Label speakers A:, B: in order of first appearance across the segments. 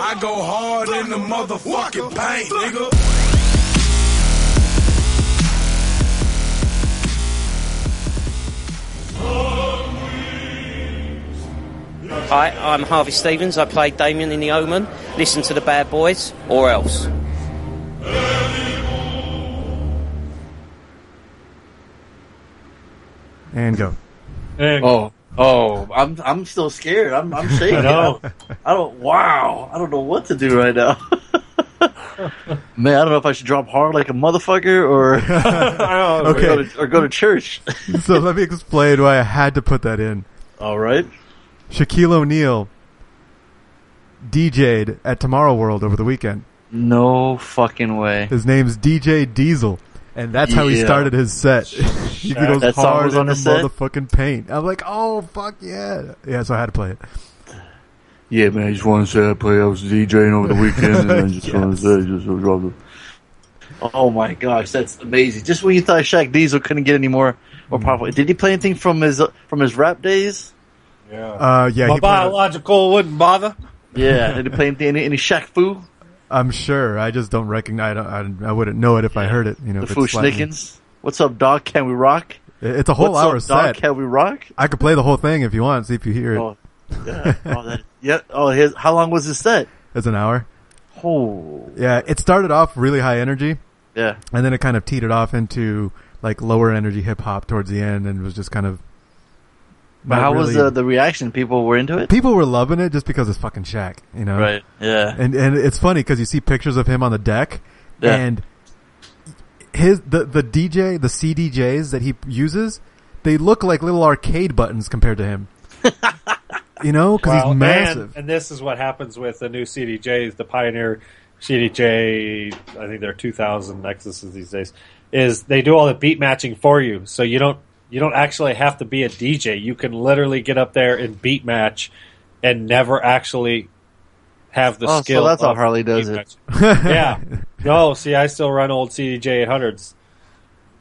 A: I go hard in the motherfucking paint, nigga.
B: Hi, I'm Harvey Stevens. I played Damien in The Omen. Listen to the Bad Boys or else.
C: And go.
D: And
E: Oh, oh, I'm I'm still scared. I'm I'm shaking.
D: I know.
E: I don't. Wow. I don't know what to do right now. Man, I don't know if I should drop hard like a motherfucker or
D: I know.
E: or, go,
C: Okay,
E: to, or go to church.
C: so let me explain why I had to put that in.
E: All right.
C: Shaquille O'Neal DJ'd at Tomorrow World over the weekend.
E: No fucking way.
C: His name's DJ Diesel, and that's how he
E: Yeah.
C: started his set. he goes
E: That song
C: hard
E: was
C: in
E: on
C: the
E: his set?
C: motherfucking paint. I'm like, oh fuck yeah, yeah. So I had to play it.
E: Yeah, man. I just want to say I play. I was DJing over the weekend, and I just want to say just dropped it. Oh my gosh, that's amazing! Just when you thought Shaq Diesel couldn't get any more more powerful, did he play anything from his from his rap days?
D: Yeah.
C: Uh, yeah,
D: My
C: he played it.
D: biological wouldn't bother.
E: Yeah, did he play anything, any any Shaq Fu?
C: I'm sure. I just don't recognize. I, don't- I wouldn't know it if I heard it. You know,
E: The
C: if
E: Foo
C: it's slightly-
E: Schnickens. What's up, dog? Can we rock?
C: It- It's a whole
E: What's
C: hour
E: up, dog?
C: set.
E: Can we rock?
C: I could play the whole thing if you want. See if you hear it.
E: Oh, yeah. oh, that, yeah. Oh, his, how long was his set?
C: It's an hour.
E: Oh,
C: Yeah, it started off really high energy,
E: yeah.
C: and then it kind of teetered off into like lower energy hip hop towards the end, and was just kind of.
E: But
C: not
E: how was
C: really-
E: uh, the reaction? People were into it,
C: people were loving it just because it's fucking Shaq, you know?
E: right? Yeah,
C: And and it's funny because you see pictures of him on the deck,
E: Yeah.
C: and his the the DJ the CDJs that he uses, they look like little arcade buttons compared to him. you know, because
D: Well,
C: he's massive.
D: And, and this is what happens with the new CDJs, the Pioneer CDJ. I think they're 2000 Nexuses these days. Is they do all the beat matching for you, so you don't you don't actually have to be a DJ. You can literally get up there and beat match, and never actually have the
E: Oh, so
D: skill.
E: that's how
D: of
E: Harley does
D: beat
E: it.
D: matching. yeah. No, see, I still run old CDJ 800s.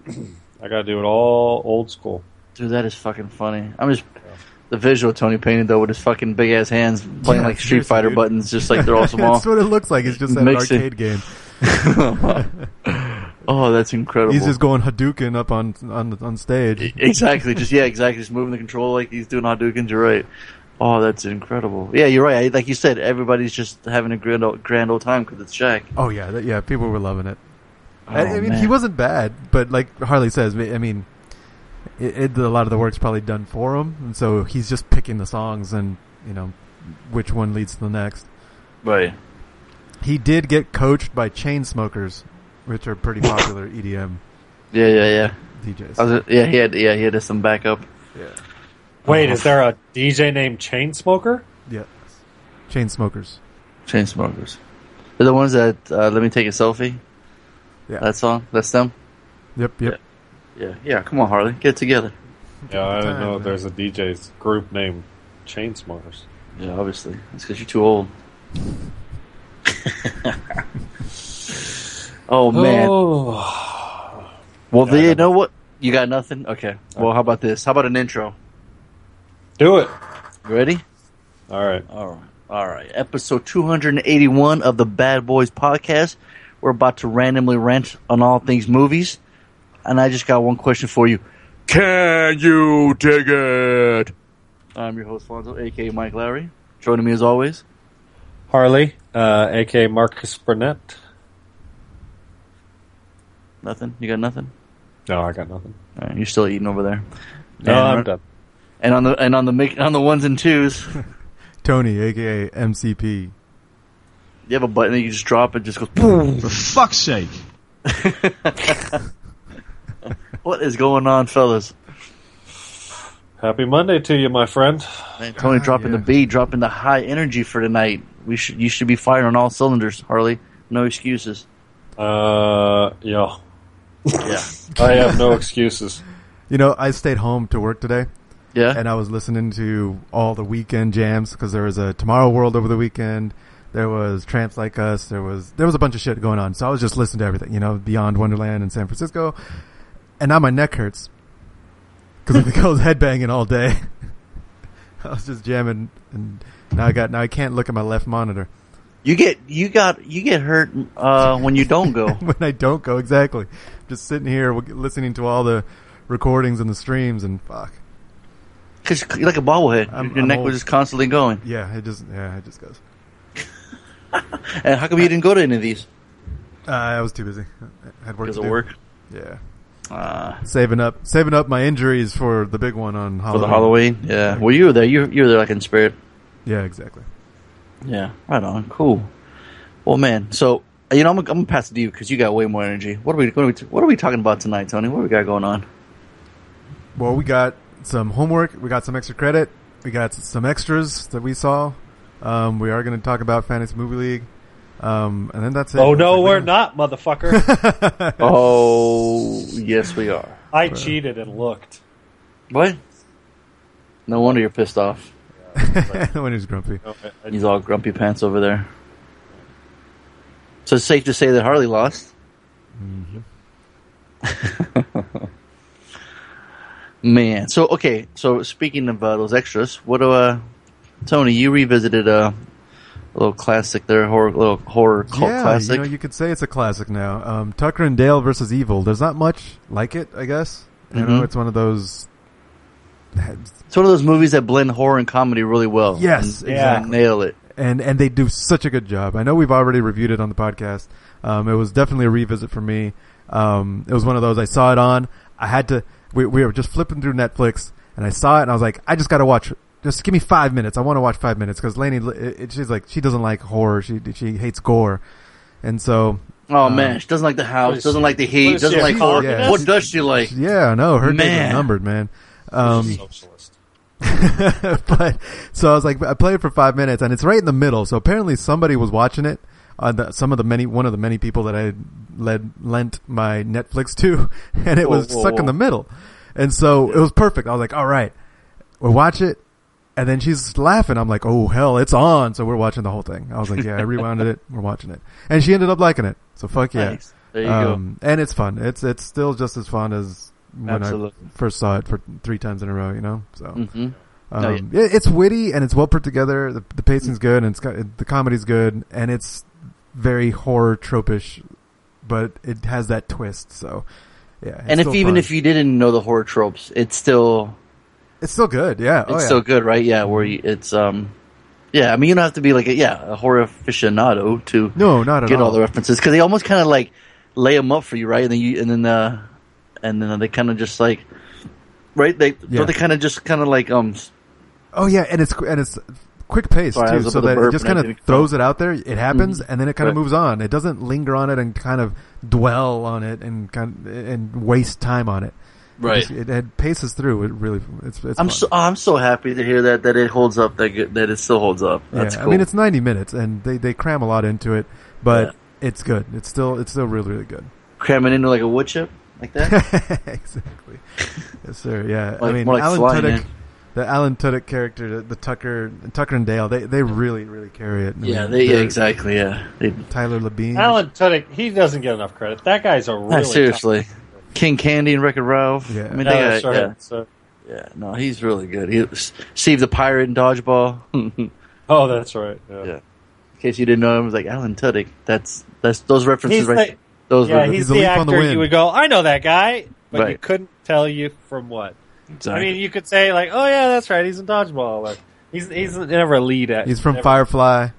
D: I got to do it all old school.
E: dude, that is fucking funny. I'm just the visual Tony painted though with his fucking big ass hands playing
C: Yeah,
E: like Street
C: seriously,
E: Fighter
C: dude.
E: buttons, just like they're all small.
C: That's what it looks like. He's just at an
E: Makes it-
C: arcade game.
E: oh, that's incredible.
C: He's just going Hadouken up on on on stage.
E: exactly. Just yeah, exactly. Just moving the control like he's doing Hadoukens. You're right. Oh, that's incredible. Yeah, you're right. I- Like you said, everybody's just having a grand old, grand old time because it's Shaq.
C: Oh yeah, that, yeah. People were loving it. I, I
E: Oh,
C: mean,
E: man.
C: he wasn't bad, but like Harley says, I I mean, it, it, a lot of the work's probably done for him, and so he's just picking the songs and you know which one leads to the next.
E: right.
C: He did get coached by chain smokers, which are pretty popular E EDM
E: Yeah, yeah, yeah.
C: DJs.
E: I was, yeah, he had yeah he had some backup.
D: Wait, is there a DJ named Chainsmoker?
C: yeah, chain smokers.
E: Chain smokers. They're the ones that uh, let me take a selfie.
C: Yeah.
E: That song. That's them.
C: Yep, yep.
E: Yeah, yeah. Come on, Harley, get it together.
D: Yeah, I
C: Time,
D: didn't know
C: man.
D: there's a DJ's group named Chainsmokers.
E: Yeah, obviously. That's because you're too old. oh man.
D: Oh,
E: Well,
D: I
E: do you
D: don't-
E: know what? You got nothing? Okay. Well, how about this? How about an intro?
D: do it!
E: You ready?
D: All right,
E: All right. All right. Episode 281 of the Bad Boys podcast. We're about to randomly rant on all things movies. And I just got one question for you. Can you dig it? I'm your host, Fonzo, aka Mike Lowry. Joining me as always.
D: Harley, uh, aka Marcus Burnett.
E: Nothing. You got nothing?
D: No, I got nothing.
E: All right, you're still eating over there.
D: No,
E: and,
D: I'm done.
E: And on the and on the make, on the ones and twos,
C: Tony, aka MCP.
E: you have a button that you just drop it just goes boom.
A: For fuck's sake.
E: What is going on, fellas?
D: Happy Monday to you, my friend.
E: Man, Tony dropping
C: yeah.
E: the B, dropping the high energy for tonight. We should you should be firing on all cylinders, Harley. No excuses.
D: Uh, yeah,
E: Yeah.
D: I have no excuses.
C: You know, I stayed home to work today.
E: Yeah.
C: and uh, I was listening to all the weekend jams because there was a Tomorrow World over the weekend. There was Tramps Like Us. There was there was a bunch of shit going on. So I was just listening to everything, you know, Beyond Wonderland and San Francisco. And now my neck hurts. because I think I was headbanging all day. I was just jamming, and now I got now I can't look at my left monitor
E: You get you got you get hurt uh, when you don't go.
C: when I don't go exactly. Just sitting here w- listening to all the recordings and the streams, and fuck,
E: Because you're like a bobblehead.
C: I'm-
E: Your
C: I'm
E: neck
C: old.
E: was just constantly going.
C: yeah, it just yeah, it just goes.
E: And how come you didn't go to any of these?
C: Uh, I was too busy. I had work
E: Because
C: to
E: of
C: do.
E: work.
C: Yeah,
E: Uh,
C: saving up, saving up my injuries for the big one on
E: for
C: Halloween.
E: the Halloween. Yeah. Well, you were there. You, you were there like in spirit.
C: Yeah, exactly.
E: Yeah. Right on. Cool. Well, man. So you know, I'm, gonna- I'm gonna pass it to you because you got way more energy. What are we? What are we, what are we talking about tonight, Tony? What do we got going on?
C: Well, we got some homework. We got some extra credit. We got some extras that we saw. Um, we are going to talk about Fantasy Movie League. Um, and then that's it.
D: Oh
C: That's
D: no,
C: it.
D: we're not, motherfucker.
E: Oh, yes, we are.
D: I cheated and looked.
E: What? No wonder you're pissed off.
C: when he's grumpy.
D: No, I- I-
E: He's all grumpy pants over there. So it's safe to say that Harley lost.
C: Mm-hmm.
E: Man, so okay, so speaking of uh, those extras, what do uh, Tony? You revisited uh, a little classic there, horror, little horror cult
C: yeah,
E: classic.
C: you know, you could say it's a classic now. Um, Tucker and Dale versus Evil. There's not much like it, I guess. You know,
E: Mhm.
C: it's one of those.
E: it's one of those movies that blend horror and comedy really well.
C: Yes,
E: and,
D: Yeah.
E: and nail it.
C: and and they do such a good job. I know we've already reviewed it on the podcast. Um, it was definitely a revisit for me. Um, it was one of those I saw it on. I had to. We, we were just flipping through Netflix, and I saw it, and I was like, I just got to watch. it. Just give me five minutes. I want to watch five minutes because Lainey, it, it- she's like, she doesn't like horror. She she hates gore, and so
E: Oh man, she doesn't like the house, doesn't like the heat,
D: is
E: doesn't
D: she, a
E: like horror.
C: communist?
E: What does she like?
C: yeah, no, her days
E: Man.
C: are numbered, man. Um,
D: Socialist.
C: but so I was like, I played it for five minutes, and it's right in the middle. So apparently somebody was watching it. On the, some of the many, one of the many people that I led lent my Netflix to, and it
E: Whoa,
C: was
E: whoa,
C: stuck in
E: whoa.
C: the middle, and so it was perfect. I was like, all right, we'll watch it, and then she's laughing. I'm like, oh hell, it's on. So we're watching the whole thing. I was like, yeah, I rewound it. We're watching it, and she ended up liking it. So fuck yeah.
E: Nice. There you
C: go. And it's fun. It's it's still just as fun as when
E: Absolutely.
C: I first saw it for three times in a row. You know, so.
E: go. hmm
C: Um,
E: No,
C: it- it's witty and it's well put together. The, the pacing's good and it's got, it, the comedy's good and it's very horror tropish, but it has that twist. So yeah, it's
E: And if
C: still
E: even
C: fun.
E: if you didn't know the horror tropes, it's still
C: it's still good. Yeah,
E: it's
C: oh, yeah.
E: still good, right? Yeah, where you, it's um, yeah. I mean, you don't have to be like a, yeah a horror aficionado to
C: no, not at
E: get all.
C: all.
E: the references because they almost kind of like lay them up for you, right? And then you and then uh, and then they kind of just like right they
C: Yeah.
E: don't they kind of just kind of like um s-
C: oh yeah, and it's qu- and it's quick paced
E: Sorry, I
C: too,
E: was up
C: so
E: with a
C: that it
E: burp
C: just
E: and I
C: kind of
E: didn't-
C: throws it out there. It
E: Mm-hmm.
C: happens and then it kind of
E: Right.
C: moves on. It doesn't linger on it and kind of dwell on it and kind and waste time on it. It, just- it, it paces through. It really it's it's
E: I'm
C: fun.
E: so oh, I'm so happy to hear that that it holds up that good, that it still holds up. That's
C: yeah,
E: cool.
C: I mean, it's 90 minutes, and they, they cram a lot into it, but it's good. It's still it's still really really good.
E: cramming into like a wood chip like that.
C: exactly. yes, sir. Yeah. I
E: Like-
C: mean,
E: more like
C: Alan
E: flying
C: Tudyk,
E: in.
C: the Alan Tudyk character, the, the Tucker Tucker and Dale, they they really really carry it. I
E: yeah,
C: mean,
E: they, yeah,
C: they're-
E: exactly. Yeah, they,
C: Tyler Labine.
D: Alan Tudyk, he doesn't get enough credit. That guy's a really
E: Ah,
D: tough-
E: seriously. King Candy and Wreck-It Ralph.
C: Yeah.
E: I mean,
D: No,
E: they
D: that's
E: got-
D: right.
E: yeah,
D: So-
E: yeah, no, he's really good. He, Steve the Pirate in Dodgeball. in
D: oh, that's right. Yeah.
E: Yeah. case you didn't know, him, it was like Alan Tudyk. That's that's those references
D: He's
E: right.
D: like-
E: those
D: Yeah,
E: were
D: he's
C: the
D: the
C: leaf on the
D: actor.
C: wind.
D: you would go, I know that guy, but you
E: Right.
D: couldn't tell you from what. I
E: exactly.
D: mean, you could say like, oh yeah, that's right, he's in dodgeball. Like, he's he's never a lead actor.
C: He's from
D: Never-
C: Firefly.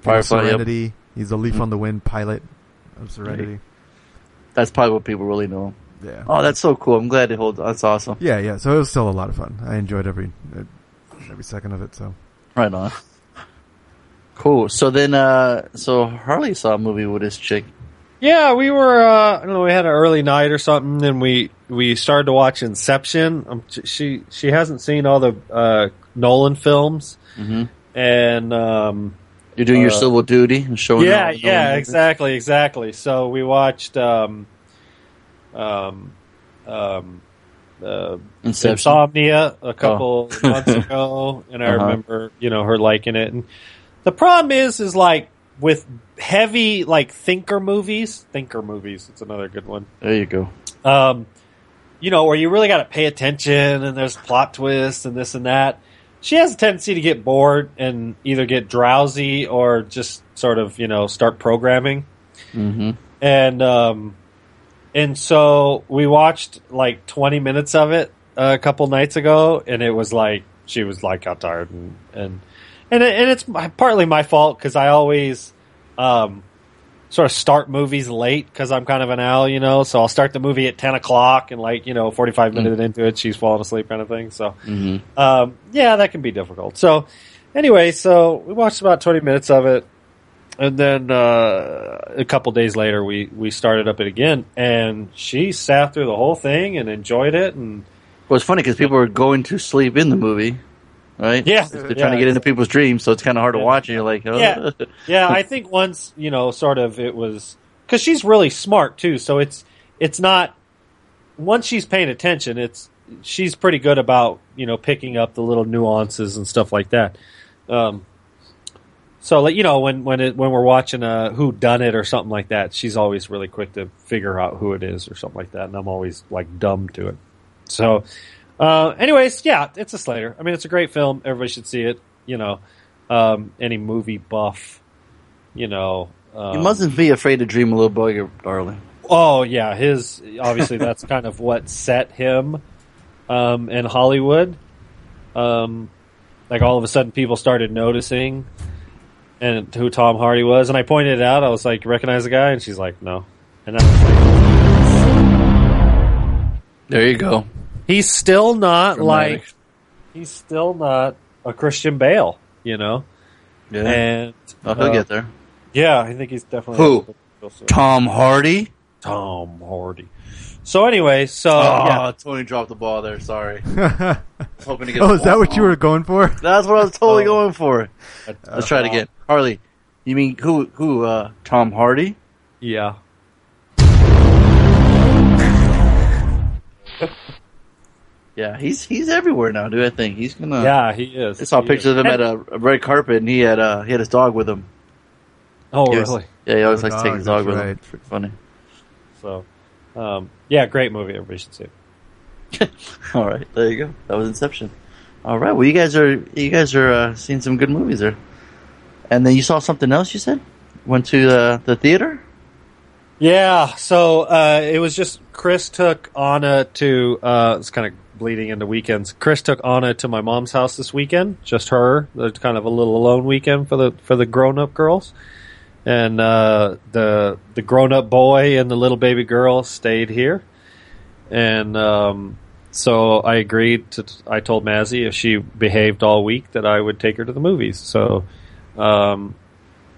E: Firefly, yep.
C: Serenity. He's a Leaf
E: Mm-hmm.
C: on the Wind pilot of Serenity.
E: that's probably what people really know. him.
C: Yeah.
E: Oh, that's so cool. I'm glad it holds. That's awesome.
C: Yeah, yeah. So it was still a lot of fun. I enjoyed every uh, every second of it. So
E: Right on. Cool. So then, uh so Harley saw a movie with his chick.
D: Yeah, we were. Uh, I don't know. We had an early night or something, and we we started to watch Inception. Um, sh- she she hasn't seen all the uh, Nolan films,
C: Mm-hmm.
E: Mhm.
D: and um,
E: You're doing your
D: Uh,
E: civil duty and
C: Oh,
E: showing.
D: yeah,
E: all-
D: yeah,
E: knowing-
D: exactly, exactly. So we watched um, um, um, uh,
E: Inception. Oh.
D: Insomnia a couple months ago, and I
E: Uh-huh.
D: remember you know her liking it. And the problem is, is like with heavy like thinker movies, thinker movies. It's another good one.
E: There you go.
D: Um, you know, where you really got to pay attention and there's plot twists and this and that. She has a tendency to get bored and either get drowsy or just sort of, you know, start programming. Mm-hmm. And um, and so we watched like 20 minutes of it a couple nights ago, and it was like she was like got tired and and and, it, and it's my- partly my fault because I always um, sort of start movies late because I'm kind of an owl, you know. So I'll start the movie at 10 o'clock, and like you know, 45 minutes into it, she's falling asleep, kind of thing. So um, yeah, that can be difficult. So anyway, so we watched about 20 minutes of it and then uh, a couple days later we we started up it again and she sat through the whole thing and enjoyed it and
E: Well, it's funny because people are going to sleep in the movie, right?
D: Yeah.
E: they're trying
D: Yeah.
E: to get into people's dreams, so it's kind of hard to watch. And you're like, oh.
D: yeah yeah i think once you know sort of it was because she's really smart too so it's it's not once she's paying attention it's she's pretty good about you know picking up the little nuances and stuff like that um so like you know when when it when we're watching a who done it or something like that she's always really quick to figure out who it is or something like that and i'm always like dumb to it so uh anyways yeah it's a slater i mean it's a great film everybody should see it you know um any movie buff you know um,
E: you mustn't be afraid to dream a little boy, darling.
D: Oh yeah, his obviously that's kind of what set him um, in Hollywood. Um, like all of a sudden, people started noticing and who Tom Hardy was, and I pointed it out. I was like, "Recognize the guy?" And she's like, "No." And I was like,
E: There you go.
D: "He's still not
E: Dramatic.
D: like he's still not a Christian Bale, you know."
E: Yeah,
D: And
E: oh, he'll
D: uh,
E: get there.
D: yeah, I think he's definitely
E: Who? Tom Hardy.
D: Tom Hardy. So anyway, so
E: Oh,
D: yeah.
E: Tony dropped the ball there. Sorry, hoping to get.
C: Oh,
E: the
C: is that
E: ball.
C: what you were Uh, going for?
E: That's what I was totally
D: Oh.
E: going for. Let's try it again, Harley. You mean who? Who? Uh, Tom Hardy?
D: Yeah.
E: Yeah, he's he's everywhere now, dude. I think he's gonna.
D: Yeah, he is.
E: Uh, I saw
D: He
E: pictures
D: is.
E: of him at uh, a, a red carpet, and he had uh, he had his dog with him.
D: Oh,
E: He was-
D: really?
E: Yeah, he always
C: Oh,
E: likes to take his
C: dog,
E: dog with
C: that's
E: him. It's pretty funny.
D: So, um, yeah, great movie. Everybody should see it.
E: All right, there you go. That was Inception. All right, well, you guys are you guys are uh, seeing some good movies there, and then you saw something else. You said went to uh, the theater.
D: Yeah. So uh, it was just Chris took Anna to. Uh, it's kind of bleeding into weekends. Chris took Anna to my mom's house this weekend. Just her. It's kind of a little alone weekend for the for the grown up girls. And uh, the the grown up boy and the little baby girl stayed here. and um, so I agreed to. I told Mazzy if she behaved all week that I would take her to the movies. So, um,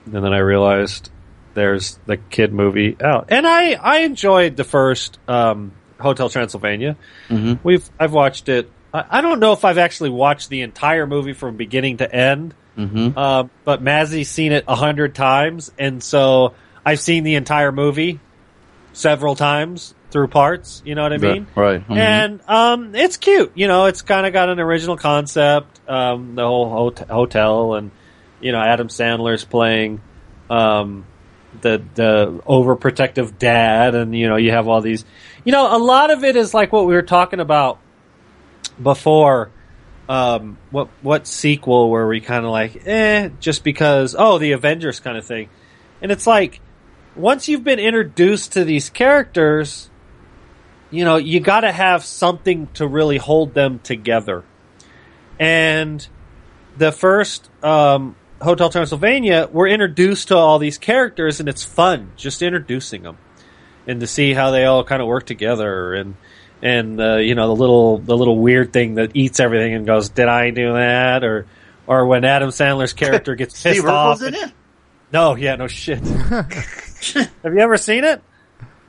D: and then I realized there's the kid movie out, and I I enjoyed the first um, Hotel Transylvania.
E: Mm-hmm.
D: We've I've watched it. I, I don't know if I've actually watched the entire movie from beginning to end.
E: Mm-hmm.
D: Um, but Mazzy's seen it a hundred times, and so I've seen the entire movie several times through parts. You know what I mean?
E: right. mhm.
D: And um, it's cute. You know, it's kind of got an original concept. Um, the whole hot- hotel, and you know, Adam Sandler's playing um, the the overprotective dad, and you know, you have all these. You know, a lot of it is like what we were talking about before. Um, what what sequel were we kind of like, eh, just because? Oh, the Avengers kind of thing, and it's like once you've been introduced to these characters you know, you got to have something to really hold them together. And the first um, Hotel Transylvania, we're introduced to all these characters, and it's fun just introducing them and to see how they all kind of work together and and uh, you know the little the little weird thing that eats everything and goes, "Did I do that?" or or when Adam Sandler's character gets pissed
E: Steve
D: off.
E: Urkel's in it.
D: No, yeah, no shit. have you ever seen it?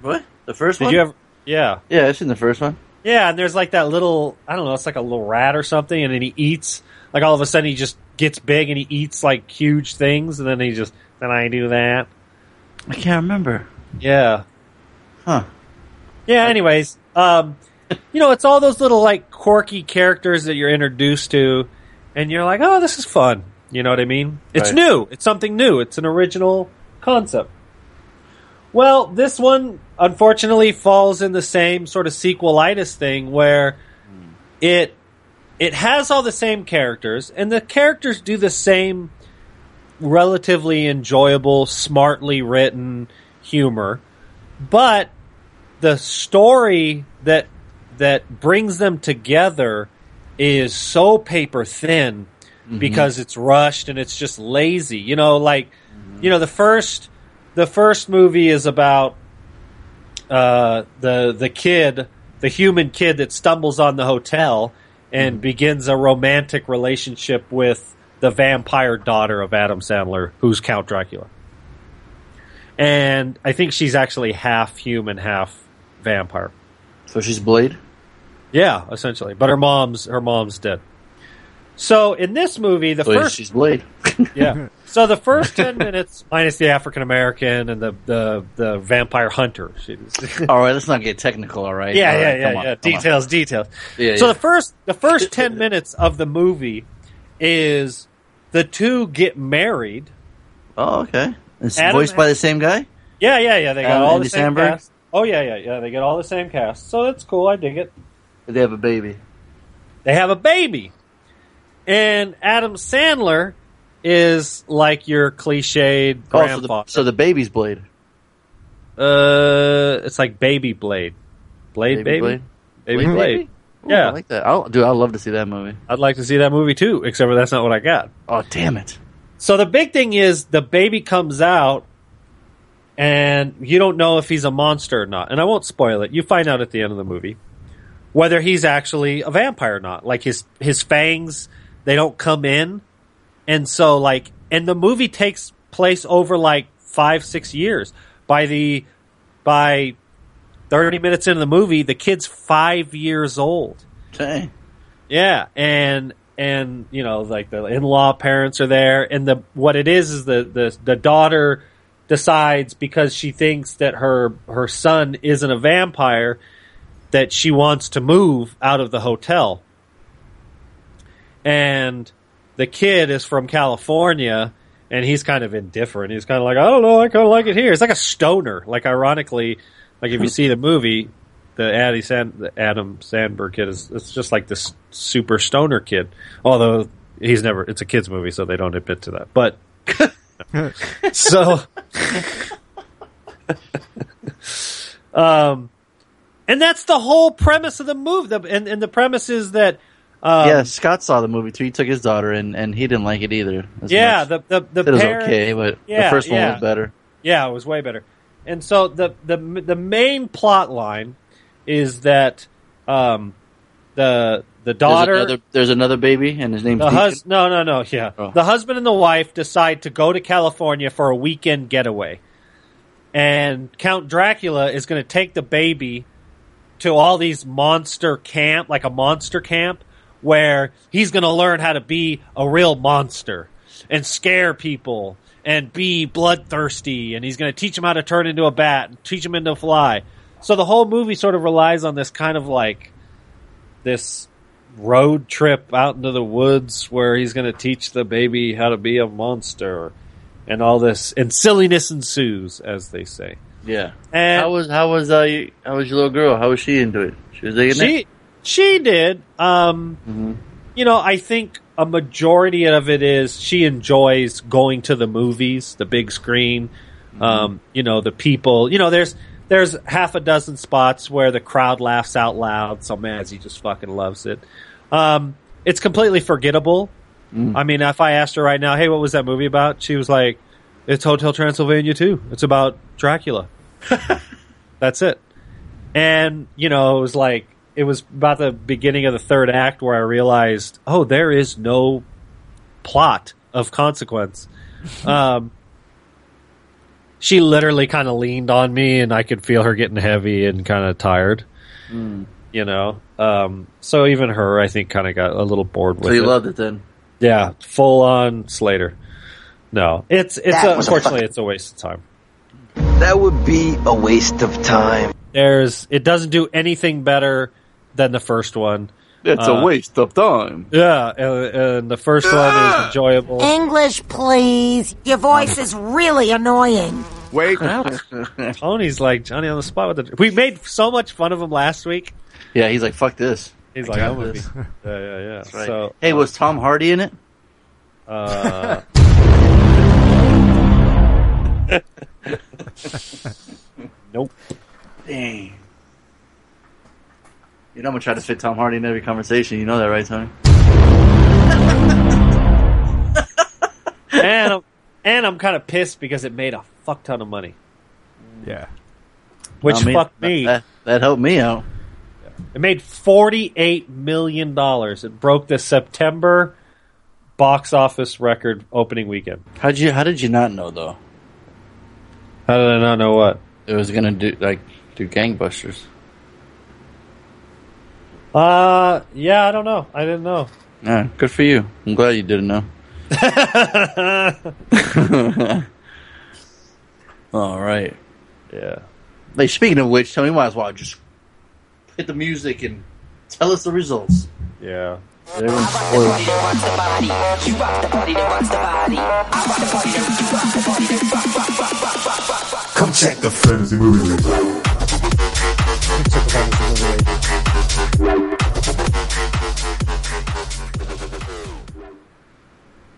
E: What the first
D: Did
E: one?
D: you ever? Yeah.
E: yeah, I've seen the first one.
D: Yeah, and there's like that little I don't know, it's like a little rat or something, and then he eats like all of a sudden he just gets big and he eats like huge things and then he just then I do that.
E: I can't remember.
D: Yeah.
E: Huh.
D: Yeah, anyways. Um you know, it's all those little like quirky characters that you're introduced to and you're like, Oh, this is fun. You know what I mean? It's
E: Right.
D: new. It's something new. It's an original concept. Well, this one unfortunately falls in the same sort of sequelitis thing where
E: Hmm.
D: it it has all the same characters and the characters do the same relatively enjoyable, smartly written humor, but the story that that brings them together is so paper thin because it's rushed and it's just lazy. You know, like you know the first the first movie is about uh, the the kid, the human kid that stumbles on the hotel and begins a romantic relationship with the vampire daughter of Adam Sandler, who's Count Dracula. And I think she's actually half human, half vampire.
E: So she's Blade.
D: Yeah, essentially. But her mom's her mom's dead. So in this movie, the
E: Blade,
D: first
E: Oh, she's Blade.
D: yeah. So the first ten minutes, minus the African American and the, the the vampire hunter. She was-
E: all right, let's not get technical. All right.
D: yeah,
E: All
D: yeah,
E: right,
D: yeah,
E: come on,
D: yeah.
E: come on.
D: Details, details.
E: Yeah,
D: so
E: yeah.
D: the first the first ten minutes of the movie is the two get married.
E: Oh, okay. It's
D: Adam-
E: voiced by the same guy.
D: Yeah, yeah, yeah. They got
E: Adam
D: all
E: Andy
D: the same
E: Samberg?
D: cast. Oh yeah, yeah, yeah. They get all the same cast. So that's cool. I dig it.
E: They have a baby.
D: They have a baby. And Adam Sandler is like your cliched
E: Oh, so the,
D: grandfather.
E: so the baby's Blade.
D: Uh, it's like Baby Blade, Blade Baby,
E: Blade.
D: Baby
E: Blade
D: Blade.
E: Baby? Ooh,
D: Yeah.
E: I like that. I'll, dude, I'd love to see that movie.
D: I'd like to see that movie too, except for that's not what I got.
E: Oh, damn it.
D: So the big thing is the baby comes out, and you don't know if he's a monster or not. And I won't spoil it. You find out at the end of the movie whether he's actually a vampire or not. Like his his fangs, they don't come in, and so like, and the movie takes place over like five six years. By the by, thirty minutes into the movie, the kid's five years old.
E: Okay.
D: Yeah, and and you know, like the in-law parents are there, and the what it is is the the the daughter decides because she thinks that her her son isn't a vampire that she wants to move out of the hotel. And the kid is from California and he's kind of indifferent. He's kind of like, I don't know, I kind of like it here. It's like a stoner. Like, ironically, like if you see the movie, the, Addy Sand, the Adam Sandberg kid is it's just like this super stoner kid. Although he's never, it's a kid's movie, so they don't admit to that. But so um and that's the whole premise of the movie The- and, and the premise is that um,
E: yeah, Scott saw the movie too. He took his daughter and and he didn't like it either. as
D: yeah
E: much.
D: the the, the
E: it was
D: parent-
E: okay, but the
D: Yeah,
E: first one
D: yeah.
E: was better.
D: Yeah, it was way better. And so the the the main plot line is that um, the the daughter,
E: There's another, there's another baby, and his name's
D: the
E: Deacon.
D: hus no no no yeah
E: Oh.
D: the husband and the wife decide to go to California for a weekend getaway, and Count Dracula is going to take the baby to all these monster camp like a monster camp where he's going to learn how to be a real monster and scare people and be bloodthirsty and he's going to teach him how to turn into a bat and teach him into a fly so the whole movie sort of relies on this kind of like this road trip out into the woods where he's going to teach the baby how to be a monster and all this and silliness ensues as they say
E: Yeah.
D: and
E: How was how was uh you, how was your little girl? How was she into it? She was digging it.
D: she she did um you know i think a majority of it is she enjoys going to the movies the big screen um you know the people you know there's there's half a dozen spots where the crowd laughs out loud so mazzy just fucking loves it um it's completely forgettable i mean if i asked her right now hey what was that movie about she was like it's hotel transylvania 2 it's about dracula that's it and you know it was like it was about the beginning of the third act where i realized oh there is no plot of consequence um she literally kind of leaned on me and i could feel her getting heavy and kind of tired you know um so even her i think kind of got a little bored with
E: So you
D: it
E: loved it then.
D: yeah full on slater no it's it's
F: That
D: a,
F: was a
D: unfortunately
F: fuck-
D: it's a waste of time
F: That would be a waste of time.
D: there's it doesn't do anything better than the first one
E: It's
D: a Uh,
E: waste of time.
D: Yeah, and, and the first one is enjoyable.
G: English, please. Your voice is really annoying. Wait,
D: Tony's like Johnny on the spot with the. We made so much fun of him last week.
E: Yeah, he's like, fuck this.
D: He's
E: I
D: like,
E: got
D: I'm gonna be.
E: this.
D: Yeah, yeah, yeah.
E: Right.
D: So uh,
E: hey, was Tom Hardy in it?
D: nope.
E: Dang. You know I'm gonna try to fit Tom Hardy in every conversation. You know that, right, Tony?
D: And I'm, and I'm kind of pissed because it made a fuck ton of money,
C: Yeah.
D: which
E: I mean,
D: fucked me.
E: That, that helped me out.
D: It made forty-eight million dollars. It broke the September box office record opening weekend.
E: How'd you? How did you not know though?
D: How did I not know what?
E: It was gonna do like do gangbusters.
D: Uh, yeah, I don't know. I didn't know.
E: Yeah, good for you. I'm glad you didn't know. All right.
D: Yeah.
E: Hey, speaking of which, Tony, might as well just hit the music and tell us the results.
D: Yeah.
E: Everyone's spoiled.
A: Come check the fantasy movie league.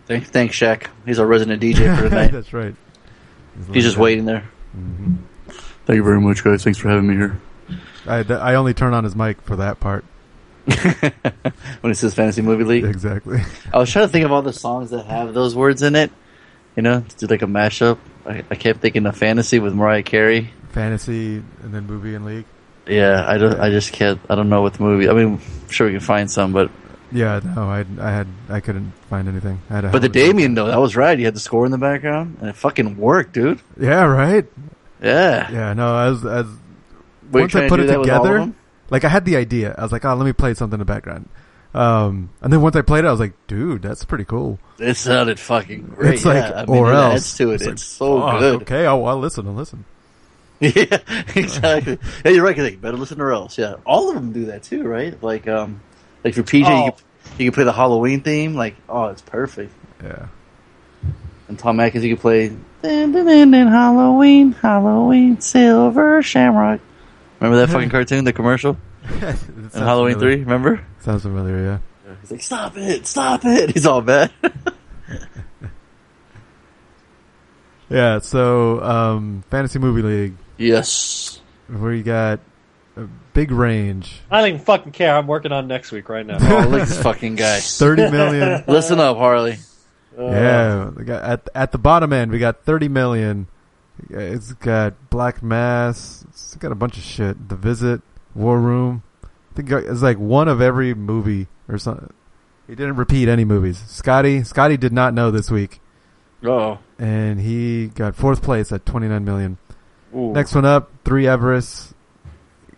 E: Thank, thanks, Shaq. He's our resident DJ for tonight.
C: That's right.
E: He's just waiting there. Mm-hmm. Thank you very much, guys. Thanks for having me here.
C: I, th- I only turn on his mic for that part.
E: When it says Fantasy Movie League,
C: Exactly.
E: I was trying to think of all the songs that have those words in it. You know, to do like a mashup. I, I kept thinking of Fantasy with Mariah Carey.
C: Fantasy and then movie and league.
E: Yeah, I don't. I just can't. I don't know what the movie. I mean, I'm sure we can find some, but
C: Yeah, no, I, I had, I couldn't find anything. I had a
E: but
C: hell
E: the
C: of a-
E: Damien though, that was right. You had the score in the background, and it fucking worked, dude.
C: Yeah, right.
E: Yeah.
C: Yeah, no, as, as,
E: Were you
C: once
E: trying
C: I
E: to
C: put
E: do
C: it
E: that with all of
C: together,
E: them?
C: like I had the idea. I was like, oh, let me play something in the background. Um, and then once I played it, I was like, dude, that's pretty cool.
E: it sounded fucking great.
C: It's like,
E: yeah. I mean,
C: or
E: it
C: else.
E: adds to it. It's,
C: It's like,
E: so
C: Oh,
E: good.
C: Okay, I'll, I'll listen. I'll listen.
E: yeah, exactly. yeah, you're right. 'cause Like, better listen or else. Yeah, all of them do that too, right? Like, um, like for PJ, you,
D: Oh.
E: can, you can play the Halloween theme. Like, oh, it's perfect.
C: Yeah.
E: And Tom Atkins, you can play dun, dun, dun, dun, Halloween, Halloween, Silver Shamrock. Remember that fucking cartoon, the commercial
C: It
E: in
C: sounds
E: Halloween
C: familiar.
E: Three? Remember?
C: Sounds familiar, yeah.
E: He's like, stop it, stop it. He's all bad.
C: Yeah, so, um, Fantasy Movie League,
E: yes.
C: where you got a big range.
D: I don't even fucking care. I'm working on next week right now.
E: Oh, look at this fucking guy.
C: 30 million.
E: Listen up, Harley.
C: Yeah, we got at at the bottom end we got thirty million. It's got Black Mass. It's got a bunch of shit. The Visit, War Room. I think it's like one of every movie or something. He didn't repeat any movies. Scotty, Scotty did not know this week,
E: Oh,
C: and he got fourth place at twenty nine million. Next one up, Three Everest,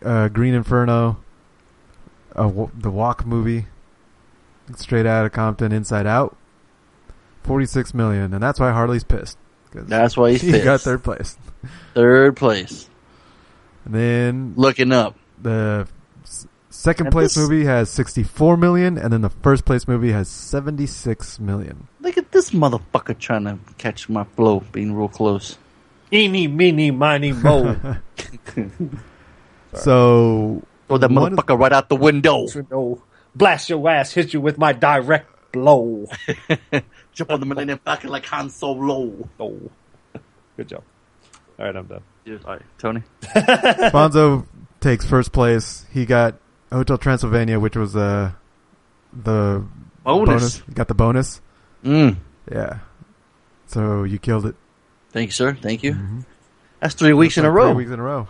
C: uh, Green Inferno, uh, w- the Walk movie, Straight Out of Compton, Inside Out, forty-six million, and that's why Harley's pissed. 'cause
E: That's why he's
C: he
E: pissed.
C: got third place.
E: third place.
C: And then
E: Looking up.
C: the s- second
E: And
C: place
E: this-
C: movie has sixty-four million, and then the first place movie has seventy-six million.
E: Look at this motherfucker trying to catch my flow, being real close.
D: Eeny, meeny, miny, mo.
C: So
E: Throw that
C: One-
E: motherfucker right out the window.
D: No. Blast your ass, hit you with my direct blow.
E: Jump on the Millennium Falcon like Han Solo.
D: No. Good job. All right, I'm done.
E: Dude, all right, Tony.
C: Fonzo takes first place. He got Hotel Transylvania, which was uh, the
E: Bonus.
C: He got the bonus.
E: Mm.
C: Yeah. So you killed it.
E: Thank you, sir. Thank you.
D: Mm-hmm.
E: That's three weeks in a
C: Like
E: row.
C: Three weeks in a row.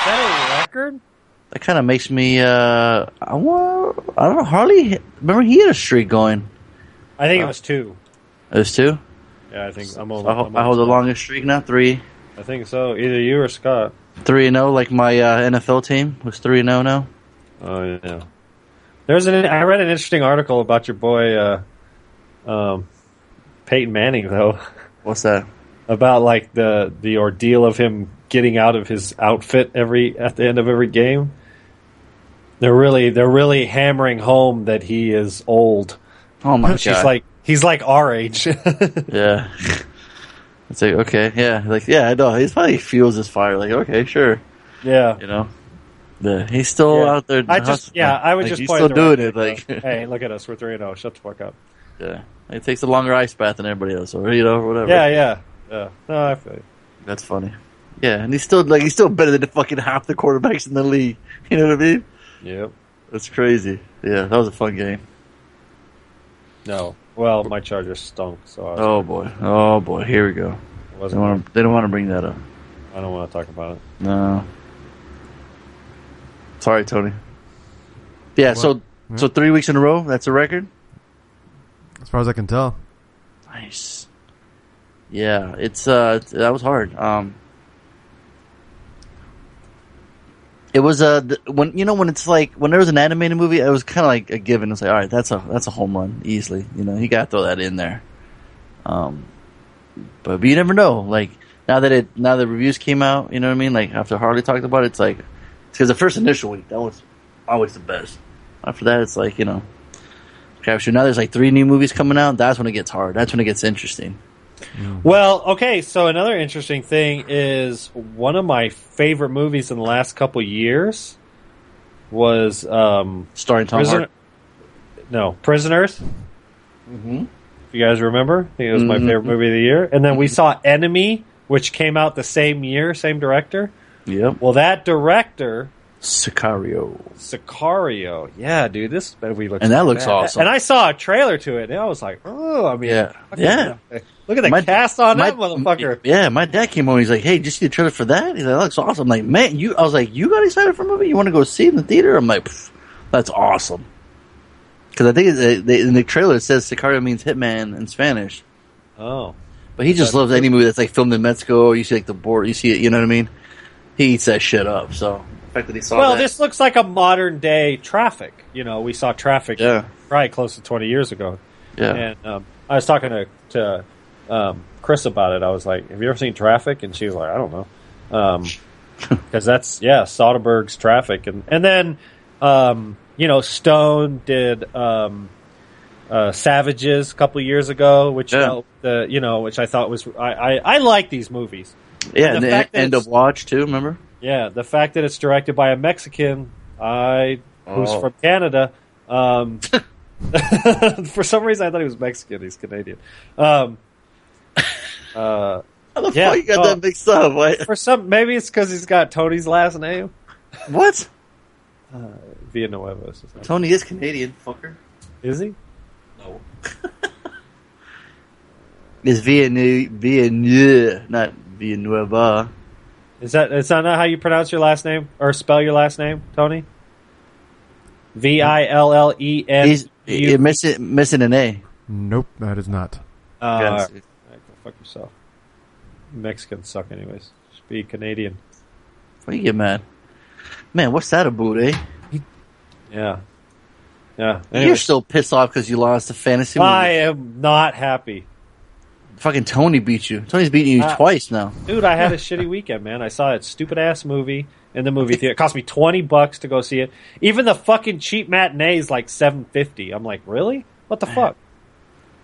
D: Is that a record?
E: That kind of makes me. Uh, I want. I don't know. Harley. Remember, he had a streak going.
D: I think it was two.
E: Those two.
D: Uh, Yeah, I think I'm on.
E: I, ho- I hold the longest streak now. Three,
D: I think so. Either you or Scott.
E: three and zero. Like my uh, NFL team was three and zero now.
D: Oh yeah. There's an. I read an interesting article about your boy, uh, um, Peyton Manning though,
E: What's that?
D: about like the the ordeal of him getting out of his outfit every at the end of every game. They're really they're really hammering home that he is old.
E: Oh my god!
D: She's like he's like our age.
E: yeah. It's like okay, yeah, like yeah, I know. He probably feels this fire. Like okay, sure,
D: Yeah.
E: you know. The, he's still
D: Yeah.
E: out there.
D: I just, yeah, I would
E: Like,
D: just
E: he's
D: point
E: still
D: the
E: doing
D: right
E: it. Like,
D: people. hey, look at us, we're three and zero. Shut the fuck up.
E: yeah, it takes a longer ice bath than everybody else, or you know, or whatever.
D: Yeah, yeah, yeah. No, I feel you.
E: that's funny. Yeah, and he's still like he's still better than the fucking half the quarterbacks in the league. You know what I mean?
D: Yep.
E: That's crazy. Yeah, that was a fun game.
D: No. Well, my charger stunk, so I, was,
E: Oh boy, oh boy, here we go.
D: I
E: They
D: wasn't.
E: want to. They don't want to bring that up.
D: I don't want to talk about it.
E: No. Sorry, Tony. Yeah, so
C: Yeah.
E: so three weeks in a row. That's a record.
C: As far as I can tell,
E: Nice. Yeah, it's uh it's- that was hard. Um It was uh th- when you know when it's like when there was an animated movie, it was kind of like a given. It's like, all right, that's a that's a home run easily. You know, you got to throw that in there. Um but, but you never know. Like now that it now the reviews came out, you know what I mean? Like after Harley talked about it, it's like cuz the first initial week, that was always the best. After that, it's like, you know, crap shoot. Now there's like three new movies coming out. That's when it gets hard. That's when it gets interesting.
D: Well, okay. So another interesting thing is one of my favorite movies in the last couple years was um,
E: Starring Tom
D: Prisoner-
E: Hardy.
D: No, Prisoners. Mm-hmm. If you guys remember, I think it was
E: Mm-hmm.
D: my favorite movie of the year. And then we saw Enemy, which came out the same year, same director.
E: Yep.
D: Well, that director,
E: Sicario.
D: Sicario. Yeah, dude, this movie looks
E: And that looks
D: bad.
E: awesome.
D: And I saw a trailer to it, and I was like, oh, I mean,
E: Yeah.
D: fucking-
E: Yeah.
D: Look at the
E: My-
D: cast on Oh,
E: My-
D: that motherfucker.
E: Yeah, my dad came home. He's like, "Hey, did you see the trailer for that?" He's like, "That looks awesome." I'm like, man, you. I was like, "You got excited for a movie? You want to go see it in the theater?" I'm like, "Pff, "That's awesome." Because I think it's, uh, they, in the trailer it says Sicario means hitman in Spanish,
D: Oh,
E: but he just loves any movie that's like filmed in Mexico. Or you see like the board, you see it. You know what I mean? He eats that shit up. So the fact that he saw
D: well,
E: that-
D: this looks like a modern day traffic. You know, we saw traffic
E: Yeah.
D: probably close to twenty years ago.
E: yeah,
D: And um, I was talking to, to um, Chris about it. I was like, "Have you ever seen Traffic?" And she was like, "I don't know," because that's yeah, Soderbergh's Traffic, and and then um, you know Stone did um, uh, Savages a couple years ago, which
E: Yeah.
D: felt, uh, you know, which I thought was I I, I like these movies.
E: yeah,
D: the
E: and the E-
D: fact that
E: end
D: it's-
E: of watch too. Remember?
D: Yeah, the fact that it's directed by a Mexican, I who's
E: Oh.
D: from Canada. Um, for some reason, I thought he was Mexican. He's Canadian. Um, uh,
E: How the
D: Yeah.
E: fuck you got
D: Oh.
E: that mixed up? Like,
D: for some, maybe it's because he's got Tony's last name,
E: what?
D: Villanueva. Is, his name.
E: Tony is Canadian, fucker.
D: is he?
E: No. it's Villeneuve, Villeneuve, not Villanueva.
D: Is that is that not how you pronounce your last name or spell your last name, Tony? V i l l e n.
E: He's you're missing missing an A.
C: nope, that is not.
D: Uh,
E: Yes.
D: alright, go fuck yourself. Mexicans suck, anyways. Just be Canadian.
E: Why you get mad? Man, what's that about, eh?
D: Yeah. Yeah.
E: You're
D: Anyway,
E: still pissed off because you lost the fantasy.
D: I
E: movie.
D: am not happy.
E: Fucking Tony beat you. Tony's beating you
D: Ah.
E: twice now.
D: Dude, I had a shitty weekend, man. I saw that stupid ass movie in the movie theater. It cost me 20 bucks to go see it. Even the fucking cheap matinee is like 750. I'm like, "Really? What the fuck?"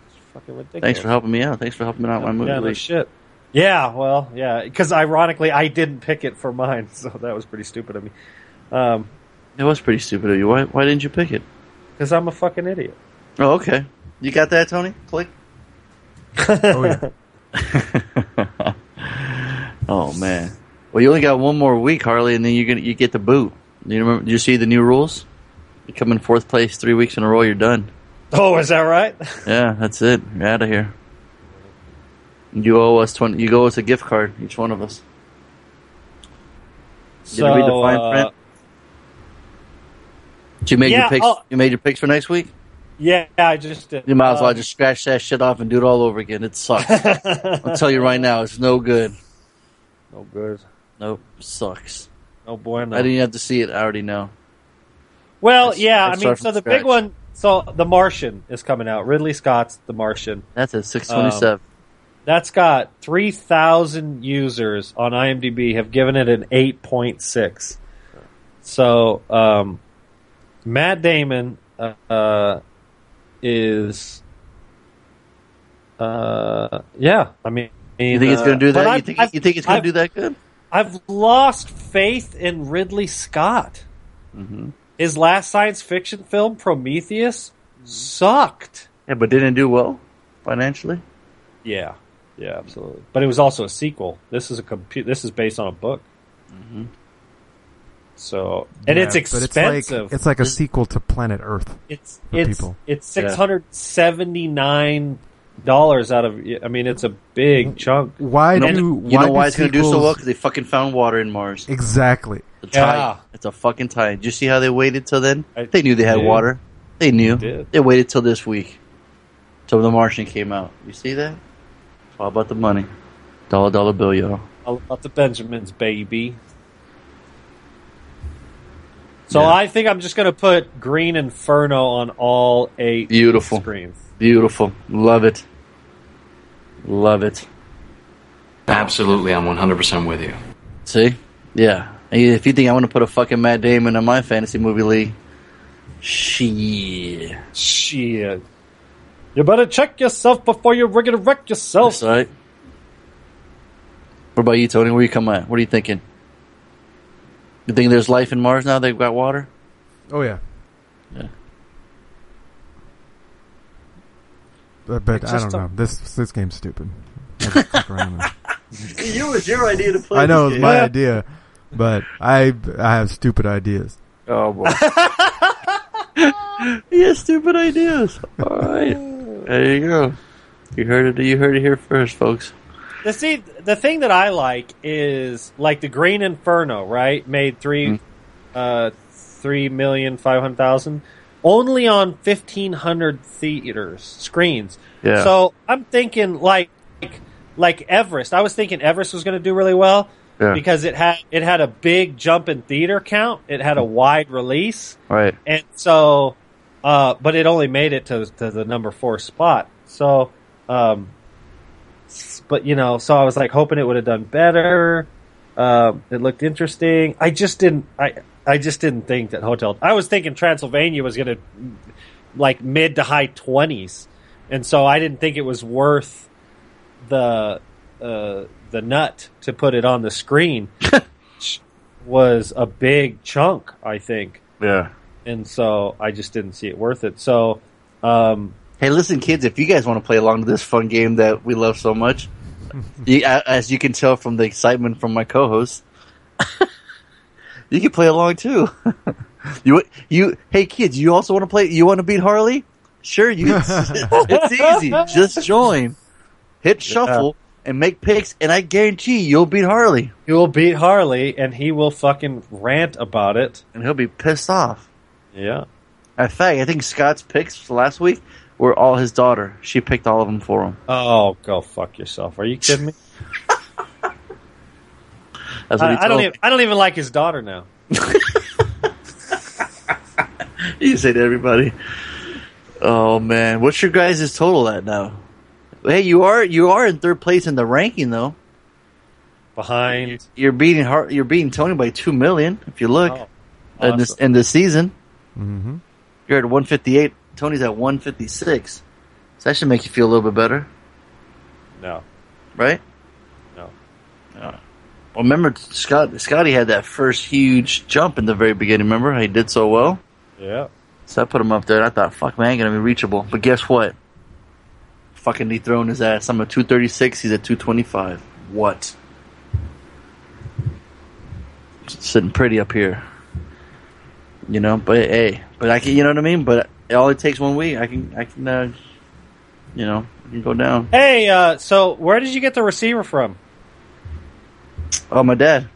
D: It's fucking ridiculous.
E: Thanks for helping me out. Thanks for helping me out with my movie.
D: Yeah, no
E: league.
D: shit. Yeah, well, yeah, cuz ironically I didn't pick it for mine, so that was pretty stupid of me. Um
E: It was pretty stupid of you. Why, why didn't you pick it?
D: cuz I'm a fucking idiot.
E: Oh, okay. You got that, Tony? Click.
C: Oh yeah,
E: Oh man. Well, you only got one more week, Harley, and then you get you get the boot. You remember? You see the new rules? You come in fourth place three weeks in a row. You're done.
D: Oh, is that right?
E: Yeah, that's it. You're out of here. You owe us twenty. You owe us a gift card, each one of us. Did you read the fine
D: uh,
E: print? Did you make
D: yeah, oh.
E: your picks.
D: I'll-
E: you made your picks for next week.
D: Yeah, I just did.
E: You might as well
D: Uh,
E: just scratch that shit off and do it all over again. It sucks. I'll tell you right now, it's no good.
D: No good.
E: Nope, sucks.
D: No bueno.
E: I didn't have to see it. I already know.
D: well,
E: I-
D: yeah,
E: I
D: I, mean,
E: started
D: so
E: from
D: the
E: scratch.
D: big one, so The Martian is coming out. Ridley Scott's The Martian.
E: That's at six
D: Um,
E: twenty-seven.
D: That's got 3,000 users on IMDb have given it an 8.6. So, um, Matt Damon uh, is, uh, yeah, I mean,
E: You think it's going to do
D: But
E: that? You
D: I've-
E: think,
D: I've-
E: you think it's going
D: I've-
E: to do that good?
D: I've lost faith in Ridley Scott. Mm-hmm. His last science fiction film, Prometheus, sucked.
E: Yeah, but didn't do well financially.
D: Yeah, yeah, absolutely. But it was also a sequel. This is a compu- This is based on a book. Mm-hmm. So and
C: Yeah,
D: it's
C: but
D: expensive.
C: It's like, it's like a sequel to Planet Earth.
D: it's
C: for
D: it's
C: people.
D: it's six hundred seventy nine dollars out of. I mean, it's a big chunk.
C: Why do
E: And
C: why
E: you know
C: do
E: why it's going to do so
C: sequels-
E: well? Because they fucking found water in Mars.
C: Exactly.
E: It's a
D: Yeah.
E: tide. It's a fucking tide. Did you see how they waited till then?
D: I
E: they knew they had
D: did.
E: water. They knew.
D: did.
E: They waited till this week, till The Martian came out. You see that? It's all about the money. Dollar dollar bill, y'all.
D: All about the Benjamins, baby. So
E: Yeah.
D: I think I'm just going to put Green Inferno on all eight
E: Beautiful.
D: screens.
E: Beautiful. Love it. Love it.
G: Absolutely, I'm 100% with you.
E: See? Yeah. And If you think I want to put a fucking Matt Damon in my fantasy movie league, shit.
D: Shit. You better check yourself before you're going to wreck yourself.
E: That's all right. What about you, Tony? Where you coming at? What are you thinking? You think there's life in Mars now? They've got water.
C: Oh yeah.
E: Yeah.
C: But, but
D: It's
C: I
D: just
C: don't
D: a-
C: know. This this game's stupid. I just click around and-
E: It was your idea to play.
C: I know it was my
D: Yeah.
C: idea, but I I have stupid ideas.
E: Oh boy. yeah, stupid ideas. All right, there you go. You heard it. You heard it here first, folks.
D: The, see, the thing that I like is like the Green Inferno, right? Made three,
E: Hmm.
D: uh, three million five hundred thousand, only on fifteen hundred theaters screens.
E: Yeah.
D: So I'm thinking like, like Everest. I was thinking Everest was going to do really well
E: Yeah.
D: because it had it had a big jump in theater count. It had a wide release.
E: All right.
D: And so, uh, but it only made it to, to the number four spot. So, um, s- but you know, so I was like hoping it would have done better. Um, it looked interesting. I just didn't. I I just didn't think that hotel. I was thinking Transylvania was going to like mid to high twenties, and so I didn't think it was worth the uh, the nut to put it on the screen. which was a big chunk, I think
E: Yeah.
D: and so I just didn't see it worth it. So, um,
E: Hey, listen, kids, if you guys want to play along to this fun game that we love so much, you, a- as you can tell from the excitement from my co host, you can play along too. you, you, hey, kids, you also want to play? You want to beat Harley? Sure, you. it's easy. Just join, hit shuffle, and make picks, and I guarantee you'll beat Harley,
D: he will beat Harley, and he will fucking rant about it.
E: and he'll be pissed off.
D: Yeah,
E: In fact, I think Scott's picks last week were all his daughter. She picked all of them for him.
D: Oh, go fuck yourself. Are you kidding me?
E: That's what he
D: I, I
E: told
D: don't
E: me.
D: even. I don't even like his daughter now.
E: you say to everybody. Oh man, what's your guys' total at now? Hey, you are you are in third place in the ranking though.
D: Behind.
E: You're beating Har- you're beating Tony by two million if you look
D: Oh,
E: in this
D: awesome.
E: in this season.
C: Mhm.
E: You're at one fifty eight. Tony's at one fifty six. So that should make you feel a little bit better,
D: No,
E: right?
D: no.
E: Well, remember Scott Scotty had that first huge jump in the very beginning. Remember how he did so well?
D: Yeah.
E: So I put him up there. and I thought, fuck, man, I ain't gonna be reachable. But guess what? Fucking dethroned his ass. I'm at 236. He's at 225. What? S- Sitting pretty up here. You know, but hey, but I can. You know what I mean? But it all it takes one week. I can. I can. Uh, you know, I can go down.
D: Hey, uh, so where did you get the receiver from?
E: Oh, my dad.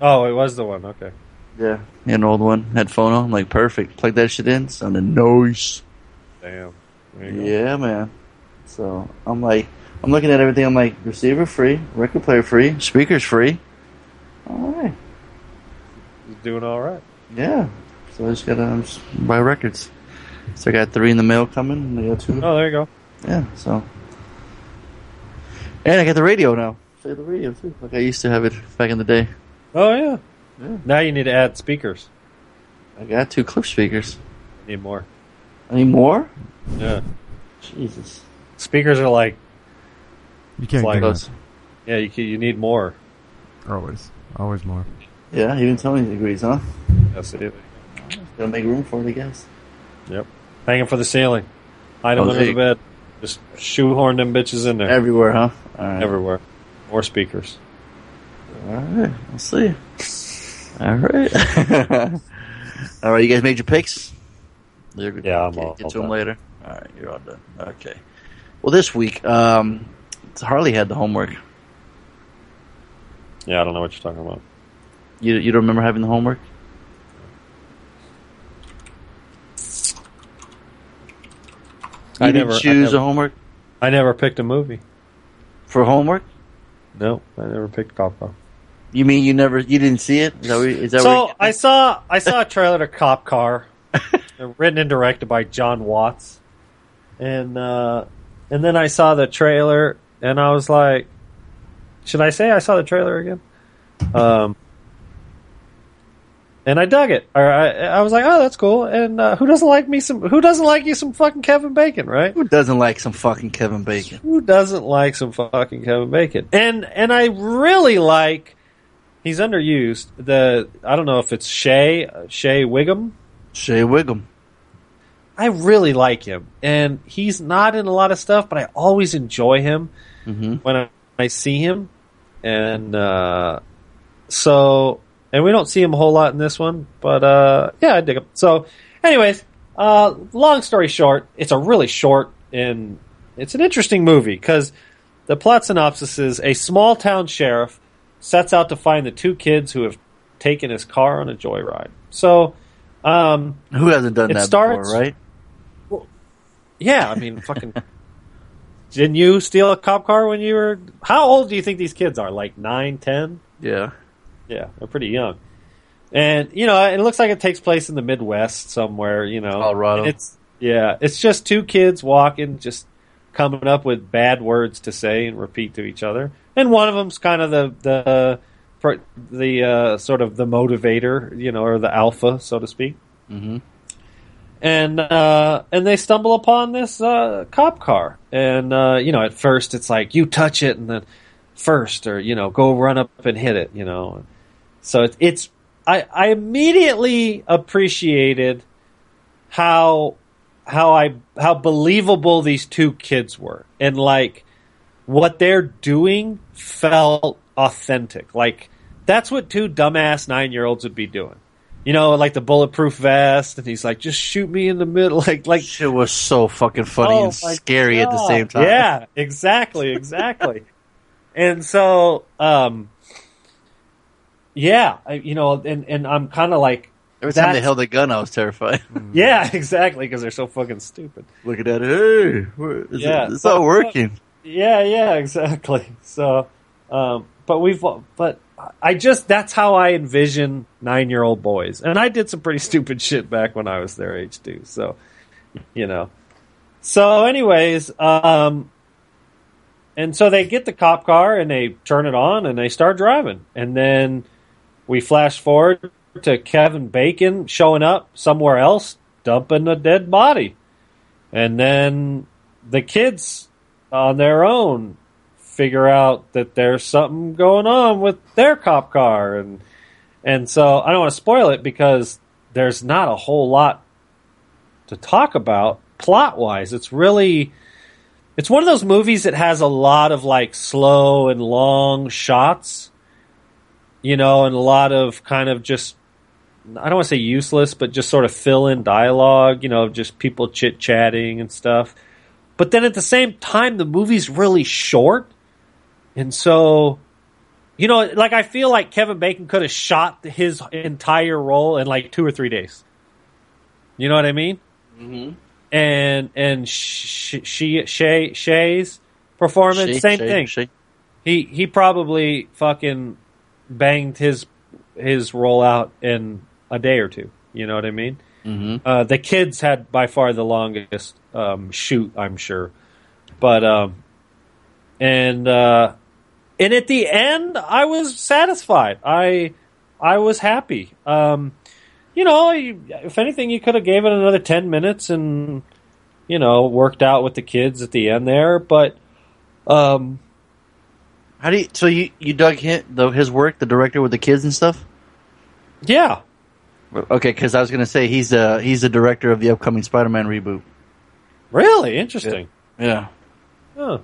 D: Oh, it was the one. Okay.
E: Yeah, he had an old one. Had phono. I'm like, perfect. Plug that shit in. Sounded nice.
D: Damn. There you go.
E: Yeah, man. So I'm like, I'm looking at everything. I'm like, receiver free, record player free, speakers free. All right.
D: He's doing all right.
E: Yeah. So I just gotta um, s- buy records. So I got three in the mail coming. And I got two.
D: Oh, there you go.
E: Yeah. So. And I got the radio now. Play the radio too, like I used to have it back in the day.
D: Oh yeah.
E: Yeah.
D: Now you need to add speakers.
E: I got two clip speakers.
D: Need more.
E: Any more?
D: Yeah.
E: Jesus.
D: Speakers are like
C: You can't
D: Like
C: get
E: Those.
C: enough.
D: Yeah, you, ca- you need more.
C: Always, always more.
E: Yeah, even Tony agrees, huh?
D: Yes, it is.
E: Gotta make room for it, I guess.
D: Yep. Hanging for the ceiling. Hide them
E: Oh,
D: under
E: they-
D: the bed. Just shoehorn them bitches in there.
E: Everywhere, huh? All right.
D: Everywhere. Or speakers.
E: All right. We'll see. All right. all right. You guys made your picks. They're good.
D: Yeah, I'm
E: get,
D: all-
E: get
D: all
E: to them
D: done.
E: later. All right, you're all done. Okay. Well, this week, um, Harley had the homework.
D: Yeah, I don't know what you're talking about.
E: You you don't remember having the homework? You
D: I
E: didn't
D: never- I
E: choose
D: never-
E: a homework
D: I never picked a movie.
E: for homework.
D: No, I never picked Cop Car.
E: You mean you never you didn't see it? Is that, what- is that
D: So
E: what
D: I saw I saw a trailer to Cop Car, written and directed by John Watts, and uh, and then I saw the trailer and I was like, should I say I saw the trailer again? Um, and I dug it. Or I I was like, oh, that's cool. And uh, who doesn't like me some? Who doesn't like you some fucking Kevin Bacon, right?
E: who doesn't like some fucking Kevin Bacon?
D: Who doesn't like some fucking Kevin Bacon? And and I really like he's underused. The I don't know if it's Shea uh, Shea Wiggum.
E: Shea Wiggum.
D: I really like him, and he's not in a lot of stuff, but I always enjoy him when I, I see him. And uh, so, and we don't see him a whole lot in this one, but uh, yeah, I dig him. So, anyways, uh, long story short, it's a really short and it's an interesting movie because the plot synopsis is a small town sheriff sets out to find the two kids who have taken his car on a joyride. So, um,
E: Who hasn't done
D: It
E: that
D: starts-
E: before, right?
D: yeah, I mean, fucking. Didn't you steal a cop car when you were? How old do you think these kids are? Like nine, ten?
E: Yeah.
D: Yeah, they're pretty young. And you know, it looks like it takes place in the Midwest somewhere. You know,
E: Colorado.
D: It's yeah, it's just two kids walking, just coming up with bad words to say and repeat to each other. And one of them's kind of the the per- the uh, sort of the motivator, you know, or the alpha, so to speak. Mm-hmm. And uh, and they stumble upon this uh, cop car, and uh, you know, at first it's like you touch it, and then first, or you know, go run up and hit it, you know. So it's, it's I, I immediately appreciated how how I how believable these two kids were, and like what they're doing felt authentic. Like that's what two dumbass nine year olds would be doing. You know, like the bulletproof vest, and he's like, "Just shoot me in the middle." Like, like
E: Shit was so fucking funny
D: Oh
E: and
D: my
E: scary at the
D: God.
E: same time.
D: Yeah, exactly, exactly. and so, um, yeah, I, you know, and and I'm kind of like,
E: Every time they
D: That's-
E: held a gun, I was terrified.
D: yeah, exactly, because they're so fucking stupid.
E: Looking at it, hey, where- is
D: Yeah.
E: it, it's not working.
D: Yeah, yeah, exactly. So, um, but we've, but I just that's how I envision nine year old boys, and I did some pretty stupid shit back when I was their age too. So, you know. So, anyways, um, and so they get the cop car and they turn it on and they start driving, and then we flash forward to Kevin Bacon showing up somewhere else, dumping a dead body, and then the kids on their own figure out that there's something going on with their cop car and and so I don't want to spoil it because there's not a whole lot to talk about plot wise. It's really it's one of those movies that has a lot of like slow and long shots, you know, and a lot of kind of just I don't want to say useless, but just sort of fill in dialogue, you know, just people chit chatting and stuff. But then at the same time, the movie's really short. And so, you know, like I feel like Kevin Bacon could have shot his entire role in like two or three days. You know what I mean? Mm-hmm. And and she, she Shay Shay's performance,
E: Shake,
D: same
E: shake,
D: thing.
E: shake.
D: He he probably fucking banged his his roll out in a day or two. You know what I mean? Uh, the kids had by far the longest um, shoot, I'm sure. But um, and uh, and at the end, I was satisfied. I I was happy. Um, you know, you, if anything, you could have gave it another ten minutes and you know worked out with the kids at the end there. But um,
E: How do you? So you you dug his, the, his work, the director with the kids and stuff.
D: Yeah.
E: Okay, because I was gonna say he's uh he's the director of the upcoming Spider-Man reboot.
D: Really interesting.
E: Yeah,
D: Huh.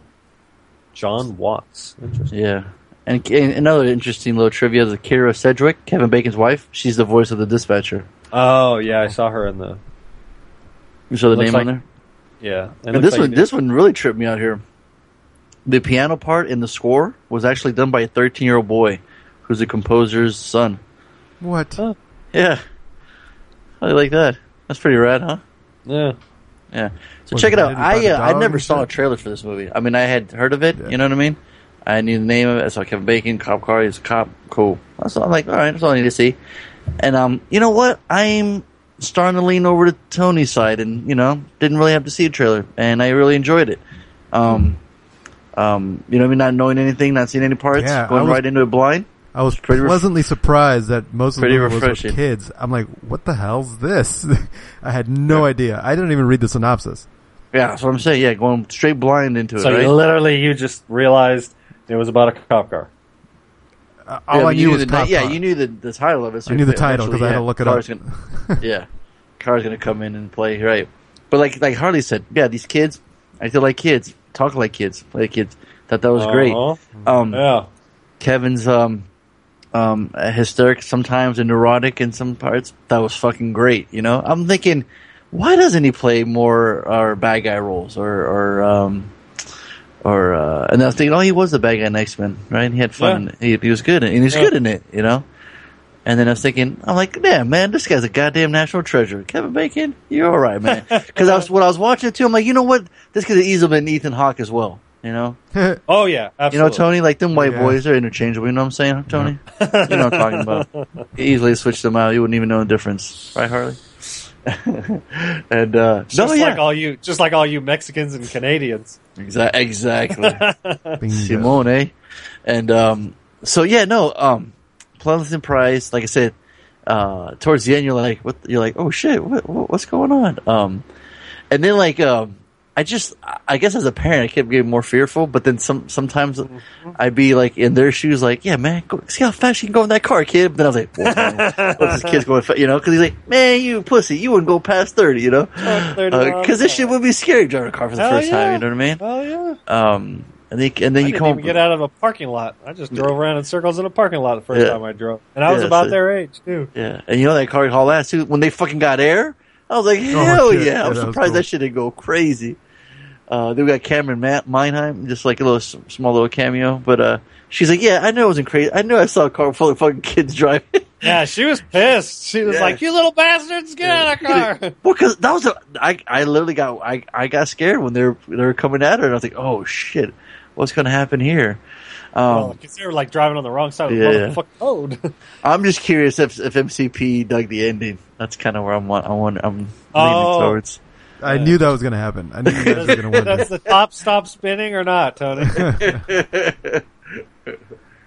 D: John Watts. Interesting.
E: yeah. And, and another interesting little trivia: is Kira Sedgwick, Kevin Bacon's wife, she's the voice of the Dispatcher.
D: Oh yeah, I saw her in the
E: You saw the
D: Looks
E: name
D: like-
E: on there.
D: yeah. It
E: And
D: looks
E: this
D: like
E: one,
D: it-
E: this one really tripped me out here. The piano part in the score was actually done by a 13 year old boy, who's the composer's son.
C: What?
D: Oh.
E: Yeah, I like that. That's pretty rad, huh?
D: Yeah.
E: Yeah. So
C: Was
E: check
C: it
E: it out.
C: edited by
E: I
C: the
E: uh, I
C: dog
E: never
C: and
E: saw a
C: shit?
E: trailer for this movie. I mean, I had heard of it.
C: Yeah.
E: You know what I mean? I knew the name of it. I saw Kevin Bacon, cop car. He's a cop. Cool. That's all. I'm like, all right, that's all I need to see. And um, you know what? I'm starting to lean over to Tony's side, and you know, didn't really have to see a trailer, and I really enjoyed it. Um, um, you know, what I mean, not knowing anything, not seeing any parts,
C: Yeah, I
E: going
C: was-
E: right into it blind.
C: I was
E: pretty ref-
C: pleasantly surprised that most of the
E: pretty
C: movie was
E: refreshing.
C: with kids. I'm like, what the hell's this? I had no idea. I didn't even read the synopsis.
E: Yeah, that's what I'm saying. Yeah, going straight blind into
D: So
E: it.
D: you
E: Right?
D: literally you just realized it was about a cop car.
C: Uh,
E: Yeah,
C: all
E: but
C: I
E: you
C: knew was
E: the,
C: Cop
E: Yeah,
C: Car.
E: you knew the, the title of it. So
C: I knew the title
E: eventually,
C: 'cause I had
E: yeah,
C: to look it
E: Car's
C: up.
E: gonna- yeah, car's gonna come in and play right. But like like Harley said, yeah, these kids acted like kids, talk like kids, play like kids. Thought that was
D: Uh-huh.
E: great. Um,
D: Yeah.
E: Kevin's um, um, hysteric sometimes and neurotic in some parts. That was fucking great. You know, I'm thinking, why doesn't he play more or bad guy roles or or um, or uh, and I was thinking, oh, he was the bad guy in X Men, right? He had fun. in it. He, he was good, in, and he's
D: Yeah.
E: good in it. You know. And then I was thinking, I'm like, damn, man, this guy's a goddamn national treasure. Kevin Bacon, you're all right, man. Because I was, when I was watching it too, I'm like, you know what? This could have easily been Ethan Hawke as well. You know,
D: Oh yeah,
E: you know,
D: absolutely.
E: Tony, like them white
C: Yeah.
E: boys are interchangeable. You know what I'm saying, Tony? you know what I'm talking about. Easily switch them out. You wouldn't even know the difference, right, Harley? and uh,
D: just
E: no, yeah,
D: like all you just like all you Mexicans and Canadians.
E: Exa- exactly,
C: Bingo.
E: Simone. eh? And um, so yeah, no, um, Pleasant Price. Like I said, uh, towards the end, you're like, what? You're like, oh shit, what, what, what's going on? Um, and then like, um, I just, I guess as a parent, I kept getting more fearful. But then some, sometimes
D: Mm-hmm.
E: I'd be like in their shoes, like, yeah, man, go, see how fast you can go in that car, kid. But then I was like, what's, wrong? what's this kid's going, fa-? you know? Because he's like, man, you pussy, you wouldn't go past thirty, you know? Because
D: 30 miles an
E: this shit
D: hour.
E: would be scary driving a car for the
D: Hell
E: first
D: yeah.
E: time. You know what I mean?
D: Oh yeah.
E: Um, and then, and then
D: I
E: you
D: didn't
E: come
D: even
E: up-
D: get out of a parking lot. I just drove around in circles in a parking lot the first
E: Yeah.
D: time I drove, and I was
E: Yeah,
D: about
E: so-
D: their age too.
E: Yeah, and you know that car haul ass too. When they fucking got air, I was like, hell
C: shit. Yeah,
E: yeah! I'm
C: that was
E: surprised
C: cool.
E: that shit didn't go crazy. Uh, then we got Cameron Ma- Meinheim, just like a little s- small little cameo, but uh, she's like, yeah, I know it wasn't crazy. I knew I saw a car full of fucking kids driving.
D: Yeah, she was pissed. She was
E: Yeah.
D: like, "You little bastards, get out of the car!"
E: well, because that was a, I, I literally got I, I got scared when they were they were coming at her, and I was like, oh shit, what's gonna happen here? Um,
D: Because Oh, they were like driving on the wrong side of
E: Yeah,
D: the
E: yeah.
D: motherfucking road.
E: I'm just curious if if MCP dug the ending. That's kind of where I'm wa- I want I'm leaning
D: Oh.
E: towards.
C: I knew that was going to happen. I knew you guys were going to win
D: Does
C: this.
D: the top stop spinning or not, Tony?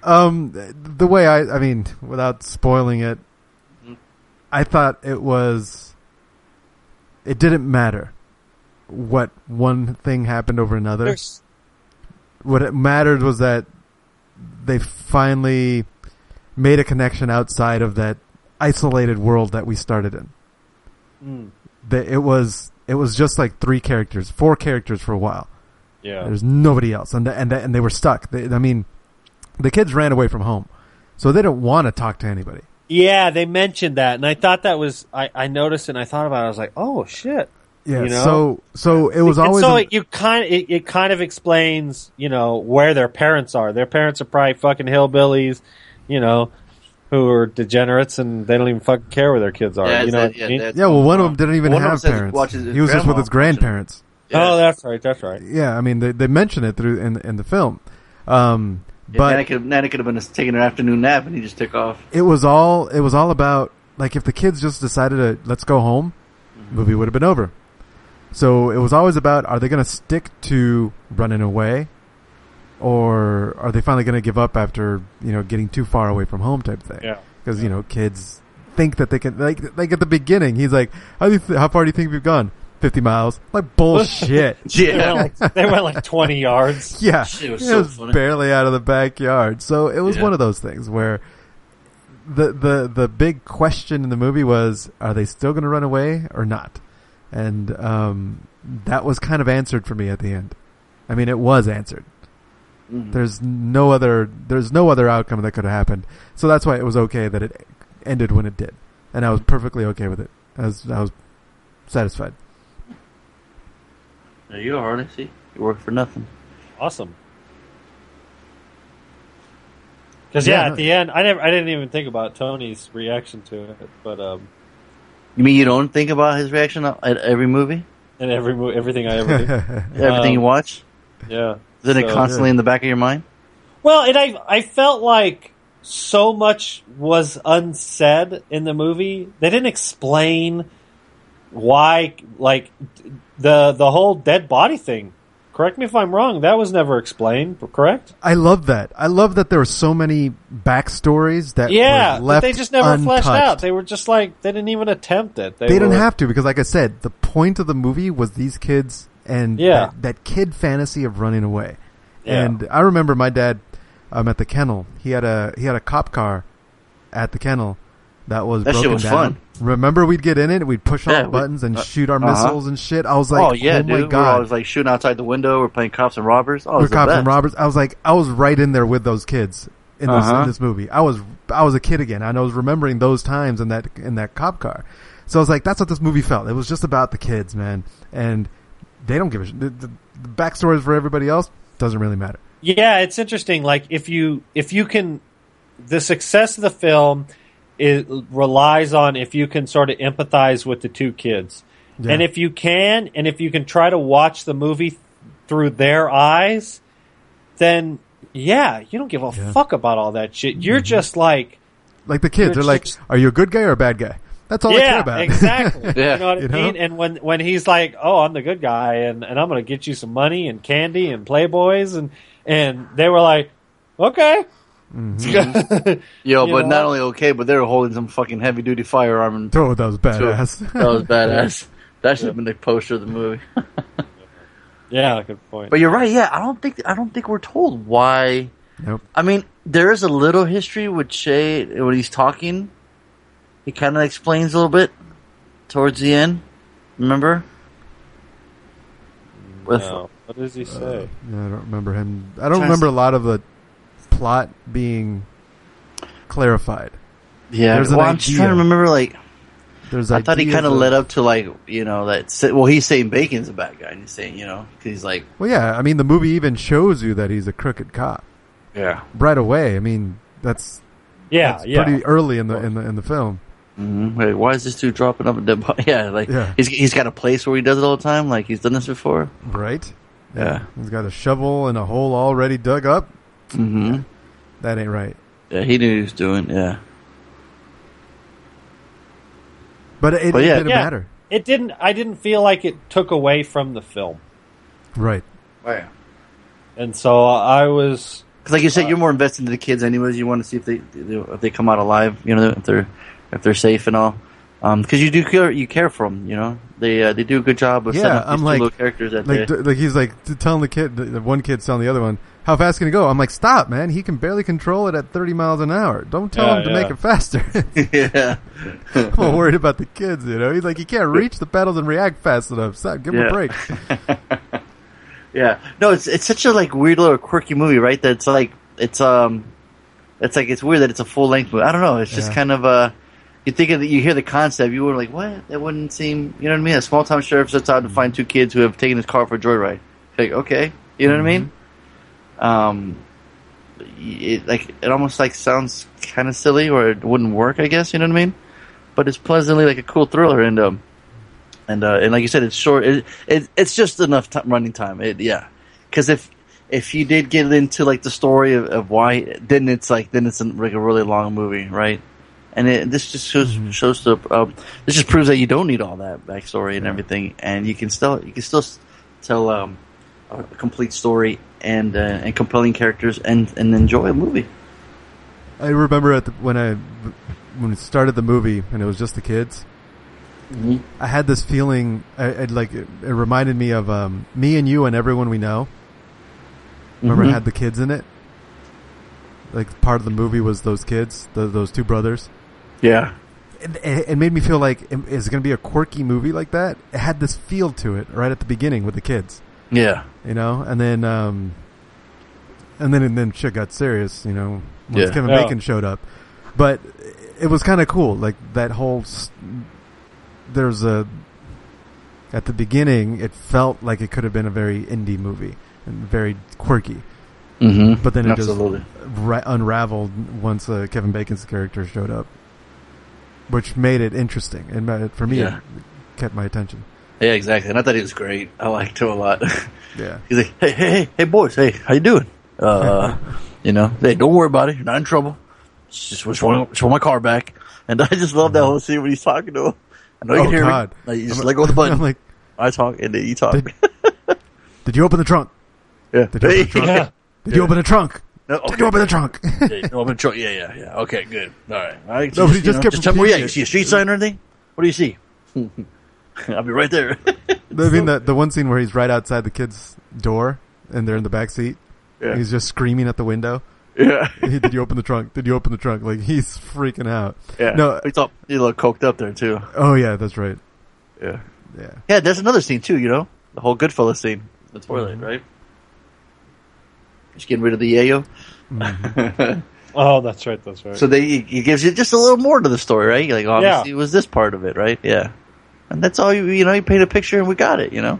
C: Um, the way I, I mean, without spoiling it, I thought it was. It didn't matter what one thing happened over another.
D: There's-
C: what it mattered was that they finally made a connection outside of that isolated world that we started in. That it was it was just like three characters, four characters for a while.
D: yeah,
C: There's nobody else, and the, and the, and they were stuck. They, I mean, the kids ran away from home, so they don't want to talk to anybody.
D: yeah, they mentioned that, and I thought that was I, I noticed and I thought about. it. I was like, "Oh shit!"
C: Yeah.
D: You know?
C: So so it was
D: And
C: always
D: so
C: an-
D: it, you kind of, it, it kind of explains you know where their parents are. Their parents are probably fucking hillbillies, you know, who are degenerates and they don't even fucking care where their kids are.
E: Yeah,
D: you
E: it's
D: know,
E: that-
D: what I
E: yeah,
D: mean?
E: that's-
C: yeah. Well, one of them didn't even
E: One of them
C: have
E: says he
C: parents.
E: watches his
C: He was just with
E: grandma
C: his grandparents.
E: yeah.
D: Oh, that's right, that's right.
C: Yeah. I mean, they they mention it through in in the film, um, but
E: Nana could, Nana could have been taking an afternoon nap and he just took off.
C: it was all it was all about like if the kids just decided to let's go home, the movie would have been over. So it was always about are they going to stick to running away, or are they finally going to give up after you know getting too far away from home type thing?
D: Yeah.
C: because you know kids think that they can like like at the beginning he's like how do you th- how far do you think we've gone 50 miles. Like bullshit.
D: They
E: Yeah.
D: went like, they went like 20 yards.
C: yeah,
E: Shit was so funny.
C: barely out of the backyard. So it was
E: Yeah.
C: one of those things where the the the big question in the movie was, are they still going to run away or not? And um, that was kind of answered for me at the end. I mean, it was answered.
E: Mm-hmm.
C: There's no other there's no other outcome that could have happened. So that's why it was okay that it ended when it did, and I was perfectly okay with it. I was I was satisfied.
E: There you are, Arnie. See? You work for nothing.
D: Awesome. Because yeah,
C: Yeah, no.
D: at the end, I never, I didn't even think about Tony's reaction to it, but um,
E: You mean you don't think about his reaction at every movie?
D: in every mo- everything I ever do,
E: Everything you
D: Um,
E: watch?
D: yeah.
E: Isn't it
D: So-
E: constantly in the back of your mind?
D: Well, and I I felt like so much was unsaid in the movie. They didn't explain why like the the whole dead body thing. Correct me if I'm wrong. That was never explained, correct?
C: I love that. I love that there were so many backstories that
D: Yeah,
C: were
D: but
C: left
D: they just never
C: untouched.
D: fleshed out. They were just like they didn't even attempt it.
C: They, didn't
D: were-
C: have to because, like I said, the point of the movie was these kids and
D: Yeah.
C: that, that kid fantasy of running away.
D: Yeah.
C: And I remember my dad um, at the kennel. He had a he had a cop car at the kennel that was
E: That shit
C: broken
E: was
C: down.
E: fun.
C: Remember, we'd get in it. We'd push all
E: Yeah,
C: the
E: we-
C: buttons and
E: uh,
C: shoot our
E: uh-huh.
C: missiles and shit. I was like,
E: oh yeah,
C: my
E: dude.
C: god,
E: We're always like shooting outside the window. We're playing cops and robbers. Oh, it
C: We're
E: was the
C: cops
E: best.
C: and robbers. I was like, I was right in there with those kids in this,
E: Uh-huh.
C: in this movie. I was I was a kid again, and I was remembering those times in that in that cop car. So I was like, that's what this movie felt. It was just about the kids, man, and they don't give a shit. The, the, the backstories for everybody else doesn't really matter.
D: Yeah, it's interesting. Like if you if you can, the success of the film is, relies on if you can sort of empathize with the two kids,
C: Yeah.
D: and if you can, and if you can try to watch the movie th- through their eyes, then yeah, you don't give a fuck about all that shit.
C: Mm-hmm.
D: You're just like,
C: Like the kids,
D: They're
C: they're like,
D: just-
C: are you a good guy or a bad guy? That's all I care
D: yeah,
C: about.
D: exactly.
E: Yeah.
D: You know what I
C: You know?
D: mean? And when when he's like, "Oh, I'm the good guy, and and I'm going to get you some money and candy and Playboys," and and they were like, "Okay."
E: Yo,
D: You
E: but
D: know
E: not
D: what?
E: only okay, but they were holding some fucking heavy duty firearm. And
C: oh, that was
E: that
C: badass.
E: was badass. That should have been the poster of the movie.
D: Yeah, good point.
E: But you're right. Yeah, I don't think I don't think we're told why.
C: Nope.
E: I mean, there is a little history with Shay when he's talking. He kind of explains a little bit towards the end. Remember? With-
D: No. What does he
C: Uh,
D: say?
C: Yeah, I don't remember him. I don't
E: Trans-
C: remember a lot of the plot being clarified.
E: yeah.
C: There's an
E: well, I'm just
C: idea.
E: trying to remember. Like,
C: There's
E: I thought he
C: ideas
E: kind of
C: of-
E: led up to like you know that. si- Well, he's saying Bacon's a bad guy, and he's saying you know 'cause he's like
C: Well, yeah. I mean, the movie even shows you that he's a crooked cop
E: yeah.
C: right away. I mean, that's,
D: Yeah,
C: that's
D: yeah.
C: pretty early in the in the in the film.
E: Mm-hmm. Like, why is this dude dropping up a dead body? Yeah, like
C: Yeah.
E: he's he's got a place where he does it all the time. Like he's done this before.
C: Right?
E: Yeah.
C: He's got a shovel and a hole already dug up.
E: Mm-hmm.
C: That ain't right.
E: Yeah, he knew what he was doing. Yeah.
C: But it,
E: But
C: it
E: yeah.
C: didn't
D: Yeah.
C: matter.
D: It didn't. I didn't feel like it took away from the film,
C: Right.
E: Right.
D: and so uh, I was.
E: Because like you
C: Uh,
E: said, you're more invested in the kids, anyways. You want to see if they if they come out alive. You know, if they're if they're safe and all. Because you do care, you care for them. You know, they uh, they do a good job of
C: Yeah,
E: setting up these
C: I'm
E: two
C: like-
E: little characters that
C: Like,
E: they.
C: d- like he's like t- telling the kid, the- the one kid telling the other one, how fast can he go? I'm like, stop, man. He can barely control it at 30 miles an hour. Don't tell
D: Yeah,
C: him to
D: yeah.
C: make it faster.
E: yeah.
C: I'm all worried about the kids, you know? He's like, he can't reach the pedals and react fast enough. Stop. Give him
E: Yeah.
C: a break.
E: Yeah. No, it's it's such a like weird little quirky movie, right? That's like it's um it's like it's weird that it's a full length movie. I don't know, it's just
C: Yeah.
E: kind of uh you think of the, you hear the concept, you were like, What? That wouldn't seem you know what I mean? A small town sheriff sets out to find two kids who have taken his car for a joyride. Like, okay. You know what I mean? Um it like it almost like sounds kinda silly or it wouldn't work, I guess, you know what I mean? But it's pleasantly like a cool thriller and um and uh, and like you said, it's short. It, it it's just enough ti running time. It yeah, because if if you did get into like the story of, of why, then it's like then it's like a really long movie, right? And it, this just shows shows the um, this just proves that you don't need all that backstory and everything, and you can still you can still s- tell um, a complete story and uh, and compelling characters and and enjoy a movie.
C: I remember at the, when I when it started the movie and it was just the kids. I had this feeling. I, it like it, it reminded me of um, me and you and everyone we know. Remember, it had the kids in it. Like part of the movie was those kids, tho- those two brothers.
E: Yeah.
C: It, it it made me feel like it- is it going to be a quirky movie like that? It had this feel to it right at the beginning with the kids,
E: Yeah.
C: you know, and then um, and then and then shit got serious, you know, once
E: Yeah.
C: Kevin
D: Yeah.
C: Bacon showed up. But it was kind of cool, like that whole. s- There's a at the beginning, it felt like it could have been a very indie movie and very quirky,
E: Mm-hmm.
C: but then it
E: Absolutely.
C: just ra- unraveled once uh, Kevin Bacon's character showed up, which made it interesting. And ma- for me,
E: Yeah.
C: it kept my attention.
E: Yeah, exactly. And I thought he was great. I liked him a lot.
C: Yeah,
E: He's like, hey, hey, hey, hey, boys, hey, how you doing? Uh, you know, hey, don't worry about it. You're not in trouble. It's just just want, just want my car back. And I just love that whole scene when he's talking to him. I know
C: Mm-hmm.
E: you
C: Oh,
E: can hear
C: God.
E: me. Like, you just
C: I'm-
E: let go of the button.
C: I'm like,
E: I talk, and then you talk.
C: Did- did you open the trunk?
E: yeah.
C: Did you open the trunk? Did you open the trunk?
E: No,
C: Did you open the trunk?
E: Yeah, no, I'm in trouble. Yeah, yeah, yeah. Okay, good. All right. All right.
C: No, but he just
E: you know,
C: kept
E: just tell me, well, yeah,
C: repeating
E: you
C: it.
E: see a street sign or anything? What do you see? I'll be right there.
C: I mean, the, the one scene where he's right outside the kid's door and they're in the back seat.
E: Yeah.
C: He's just screaming at the window.
E: yeah.
C: Hey, did you open the trunk? Did you open the trunk? Like he's freaking out.
E: Yeah.
C: No.
E: He's all, he's a little coked up there, too.
C: Oh yeah, that's right.
E: Yeah.
C: Yeah.
E: Yeah, that's another scene, too, you know? The whole Goodfellas scene. The toilet, right? Just getting rid of the yayo.
D: Oh, that's right. That's right.
E: So they, it gives you just a little more to the story, right? You're like, obviously,
D: Yeah.
E: it was this part of it, right? Yeah. And that's all you, you know, you paint a picture and we got it, you know?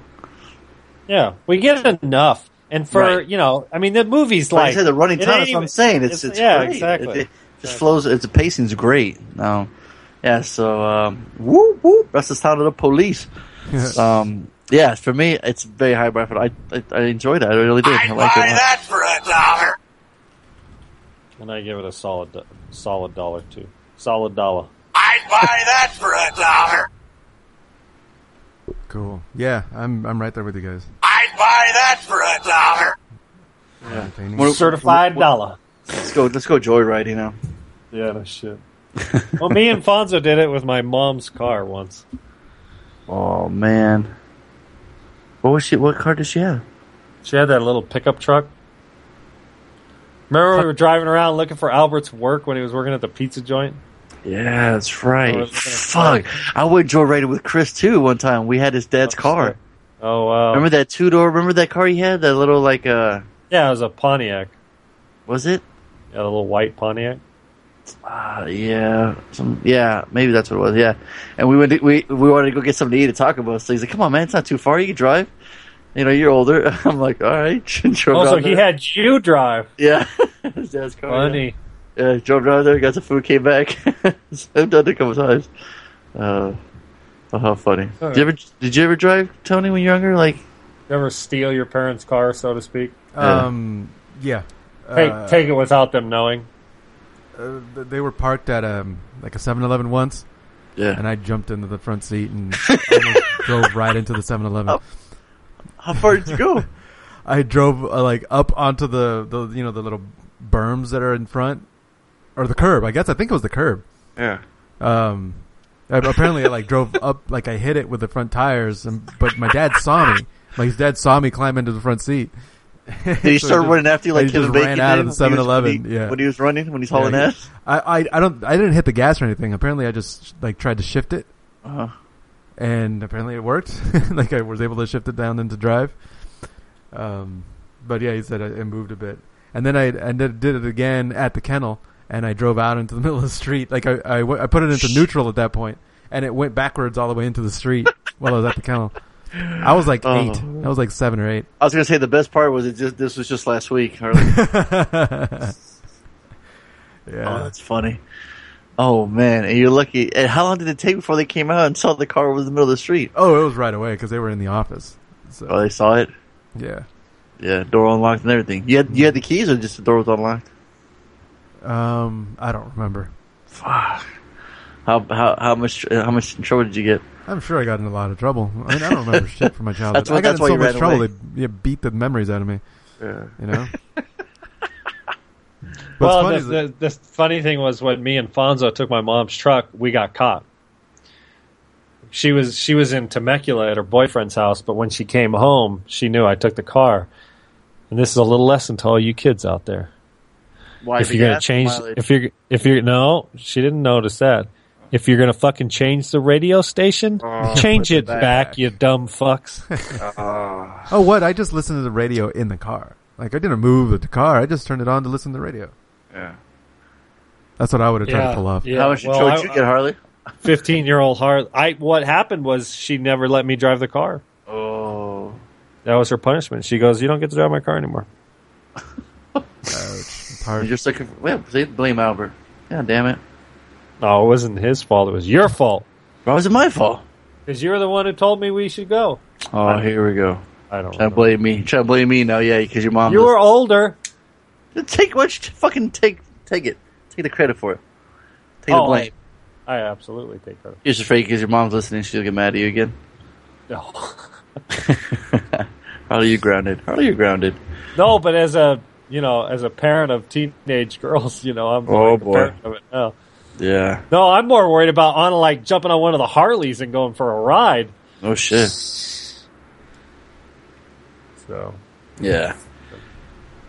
D: Yeah, we get enough. And for
E: Right.
D: you know, I mean, the movie's
E: like,
D: like
E: I said, the running
D: it
E: time.
D: ain't
E: That's what I'm
D: even-
E: saying. It's, it's,
D: yeah,
E: great.
D: exactly.
E: It, it just flows. It's the pacing's great. No, yeah. So um, whoop whoop. That's the sound of the police. um, yeah, for me, it's very high bar, but I, I I enjoyed it. I really did. I liked it. a lot.
D: and I give it a solid, do- solid dollar too. Solid dollar.
C: Cool. Yeah, I'm I'm right there with you guys. I'd buy that for a dollar.
E: Well,
D: Certified dollar.
E: Let's go. Let's go joyriding now.
D: Yeah, no shit. well, me and Fonzo did it with my mom's car once.
E: Oh man, what was she? What car did she have?
D: She had that little pickup truck. Remember, we were driving around looking for Albert's work when he was working at the pizza joint.
E: Yeah, that's
D: Oh, I
E: right.
D: was looking at-
E: Fuck, I went joyriding with Chris too one time. We had his dad's car.
D: Oh wow!
E: Remember that two door? Remember that car he had? That little like uh,
D: Yeah, it was a Pontiac,
E: was it?
D: yeah, a little white Pontiac. Ah,
E: Uh, yeah, some, yeah, maybe that's what it was. Yeah, and we went. To, we we wanted to go get something to eat at Taco Bell. So he's like, "Come on, man, it's not too far. You can drive." You know, you're older. I'm like, "All right." drove
D: Also,
E: down
D: Oh, he
E: there.
D: had you drive.
E: yeah. His dad's car, Oh, yeah.
D: Funny.
E: Yeah, drove down there, got some food, came back. So I've done it a couple times. Uh, oh, how funny!
D: All
E: Did you ever did you ever drive Tony when you were younger? Like,
D: Never steal your parents' car, so to speak.
E: Yeah.
C: Um, yeah.
D: Take,
C: Uh,
D: take it without them knowing.
C: uh, th- they were parked at um like a 7-Eleven once,
E: yeah.
C: and I jumped into the front seat and almost drove right into the 7-Eleven.
E: How far did you go?
C: I drove uh, like up onto the, the you know the little berms that are in front or the curb. I guess I think it was the curb.
E: yeah.
C: Um, I- apparently I like drove up like I hit it with the front tires, and, but my dad saw me. Like his dad saw me climb into the front seat.
E: Did he
C: So
E: start
C: just-
E: running after you like
C: he
E: Kevin
C: just
E: Bacon
C: ran out
E: did
C: of the
E: when he was-
C: 7-Eleven,
E: when he-
C: yeah.
E: when he was running when he's hauling
C: Yeah, he-
E: ass?
C: I, I, I don't I didn't hit the gas or anything. Apparently I just like tried to shift it,
E: Uh-huh.
C: and apparently it worked. like I was able to shift it down into drive. Um, but yeah, he said it it moved a bit, and then I and then did it again at the kennel, and I drove out into the middle of the street. Like I I w- I put it into neutral at that point, and it went backwards all the way into the street while I was at the kennel. I was like
E: Oh.
C: eight. I was like seven or eight.
E: I was gonna say the best part was it just this was just last week. Or like,
C: yeah.
E: oh, that's funny. Oh man, and you're lucky. And how long did it take before they came out and saw the car was in the middle of the street?
C: Oh, it was right away because they were in the office.
E: Oh,
C: So
E: they saw it.
C: yeah.
E: Yeah, door unlocked and everything. You had you had the keys or just the door was unlocked?
C: Um, I don't remember.
E: Fuck. How how how much how much trouble did you get?
C: I'm sure I got in a lot of trouble. I mean, I don't remember shit from my childhood.
E: That's why-
C: I got
E: that's
C: in
E: why
C: so
E: you
C: much
E: ran
C: trouble
E: away.
C: they yeah, beat the memories out of me. You know. What's
D: well,
C: funny
D: the,
C: is that-
D: the, the funny thing was when me and Fonzo took my mom's truck, we got caught. she was she was in Temecula at her boyfriend's house, but when she came home, she knew I took the car. And this is a little lesson to all you kids out there.
E: Why
D: if
E: the
D: you're gonna
E: gas
D: change,
E: mileage?
D: if you're if you're no, she didn't notice that. If you're gonna fucking change the radio station,
E: Oh,
D: change
C: Flip
D: it
C: it back.
D: back, you dumb fucks.
C: Oh, what? I just listened to the radio in the car. Like I didn't move with the car. I just turned it on to listen to the radio.
E: Yeah.
C: That's what I would have tried to pull off.
E: How much
D: well,
E: well,
D: I-
E: you get, Harley?
D: Fifteen year old Har I what happened was she never let me drive the car.
E: Oh,
D: That was her punishment. She goes, "You don't get to drive my car anymore."
C: It's
E: you're
C: hard.
E: just looking. For, well, they blame Albert. God damn it.
D: No, it wasn't his fault. It was your fault
E: Why was it my fault?
D: because you're the one who told me we should go.
E: Oh, here we go.
D: I don't.
E: Try to
D: Remember.
E: blame me. Try to blame me now. Yeah, because your mom.
D: You were older.
E: take what? you- Fucking take take it. Take the credit for it. Take the
D: Oh.
E: blame.
D: I absolutely think that.
E: You're just afraid because your mom's listening. She'll get mad at you again.
D: No.
E: How are you grounded? How are you grounded?
D: No, but as a you know, as a parent of teenage girls, you know, I'm
E: Oh,
D: like a
E: boy.
D: parent of it now.
E: Yeah.
D: No, I'm more worried about on like jumping on one of the Harleys and going for a ride.
E: Oh shit.
D: So,
E: Yeah.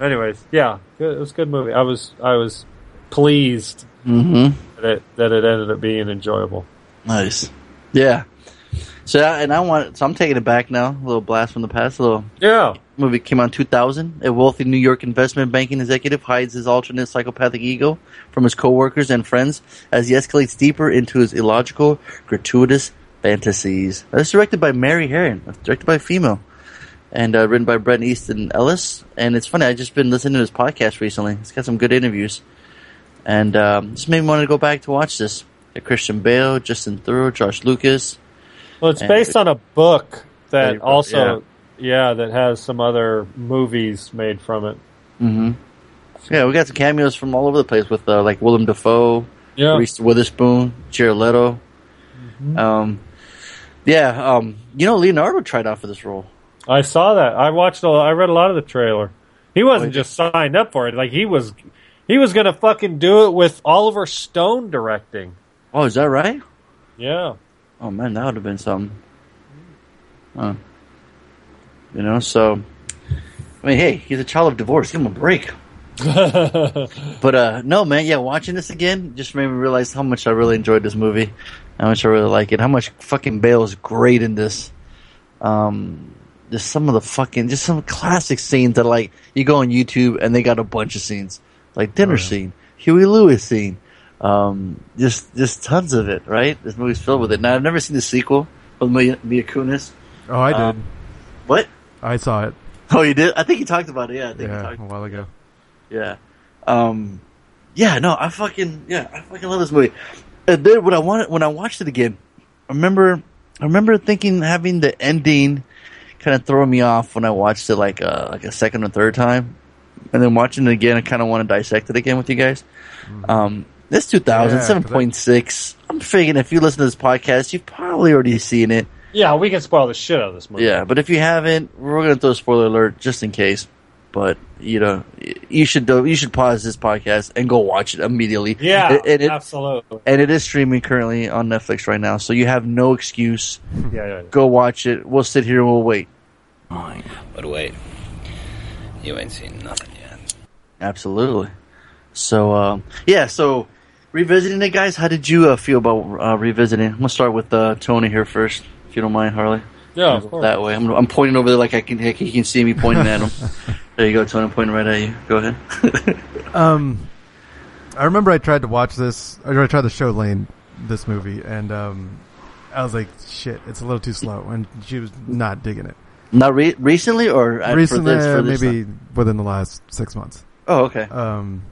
D: anyways, yeah, good, it was a good movie. I was I was pleased
E: Mm-hmm.
D: that it that it ended up being enjoyable.
E: Nice. Yeah. So I- and I want so I'm taking it back now. A little blast from the past. A little
D: Yeah,
E: movie came out in 2000. A wealthy New York investment banking executive hides his alternate psychopathic ego from his coworkers and friends as he escalates deeper into his illogical, gratuitous fantasies. That's directed by Mary Herron. That's directed by a female. And uh, written by Brett Easton Ellis. And it's funny, I've just been listening to his podcast recently. It's got some good interviews. And um, just made me want to go back to watch this. Got Christian Bale, Justin Theroux, Josh Lucas.
D: well, it's
E: And-
D: based on a book that
E: Very good,
D: also yeah. that has some other movies made from it.
E: Yeah, we got some cameos from all over the place with uh, like Willem Dafoe,
D: Yeah,
E: Reese Witherspoon, Jared Leto. Um, yeah, um, you know Leonardo tried out for this role.
D: I saw that. I watched. A, I read a lot of the trailer. He wasn't just signed up for it. Like he was, he was gonna fucking do it with Oliver Stone directing.
E: Oh, is that right?
D: Yeah,
E: Oh man, that would have been something. Huh. You know, so I mean, hey, he's a child of divorce. Give him a break. but uh no, man, yeah, watching this again just made me realize how much I really enjoyed this movie, how much I really like it, how much fucking Bale is great in this. Um, just some of the fucking, just some classic scenes that like you go on YouTube and they got a bunch of scenes, like dinner scene, Huey Lewis scene, um, just just tons of it. Right, this movie's filled with it. Now I've never seen the sequel with Mia, Mia Kunis.
C: Oh, I
E: uh,
C: did.
E: What?
C: I saw it.
E: Oh, you did? I think you talked about it. Yeah, I think you
C: Yeah,
E: talked
C: a while ago.
E: Yeah. Um, yeah, no, I fucking yeah, I fucking love this movie. And then when I wanted, when I watched it again, I remember I remember thinking having the ending kind of throw me off when I watched it like uh, like a second or third time, and then watching it again, I kind of want to dissect it again with you guys. Um, this 2000,
C: Yeah,
E: 7.6. I'm figuring if you listen to this podcast, you've probably already seen it.
D: yeah. We can spoil the shit out of this movie.
E: Yeah, but if you haven't, we're gonna throw a spoiler alert just in case. But you know, y- you should do, you should pause this podcast and go watch it immediately.
D: yeah,
E: and, and it,
D: absolutely.
E: and it is streaming currently on Netflix right now, so you have no excuse.
D: Yeah, yeah, yeah.
E: Go watch it. We'll sit here and we'll wait.
G: Mine.
H: But wait, you ain't seen nothing yet.
E: Absolutely. So um, yeah, so revisiting it, guys. How did you uh, feel about uh, revisiting? I'm gonna start with uh, Tony here first, if you don't mind, Harley.
D: yeah of course.
E: That way, I'm, I'm pointing over there like I can. Like he can see me pointing at him. there you go, Tony. I'm pointing right at you. Go ahead.
C: Um, I remember I tried to watch this. Or I tried to show Lane this movie, and um, I was like, "Shit, it's a little too slow," and she was not digging it.
E: Not re- recently or uh,
C: Recently,
E: for this, for this
C: maybe within the last six months.
E: Oh, okay.
C: Um,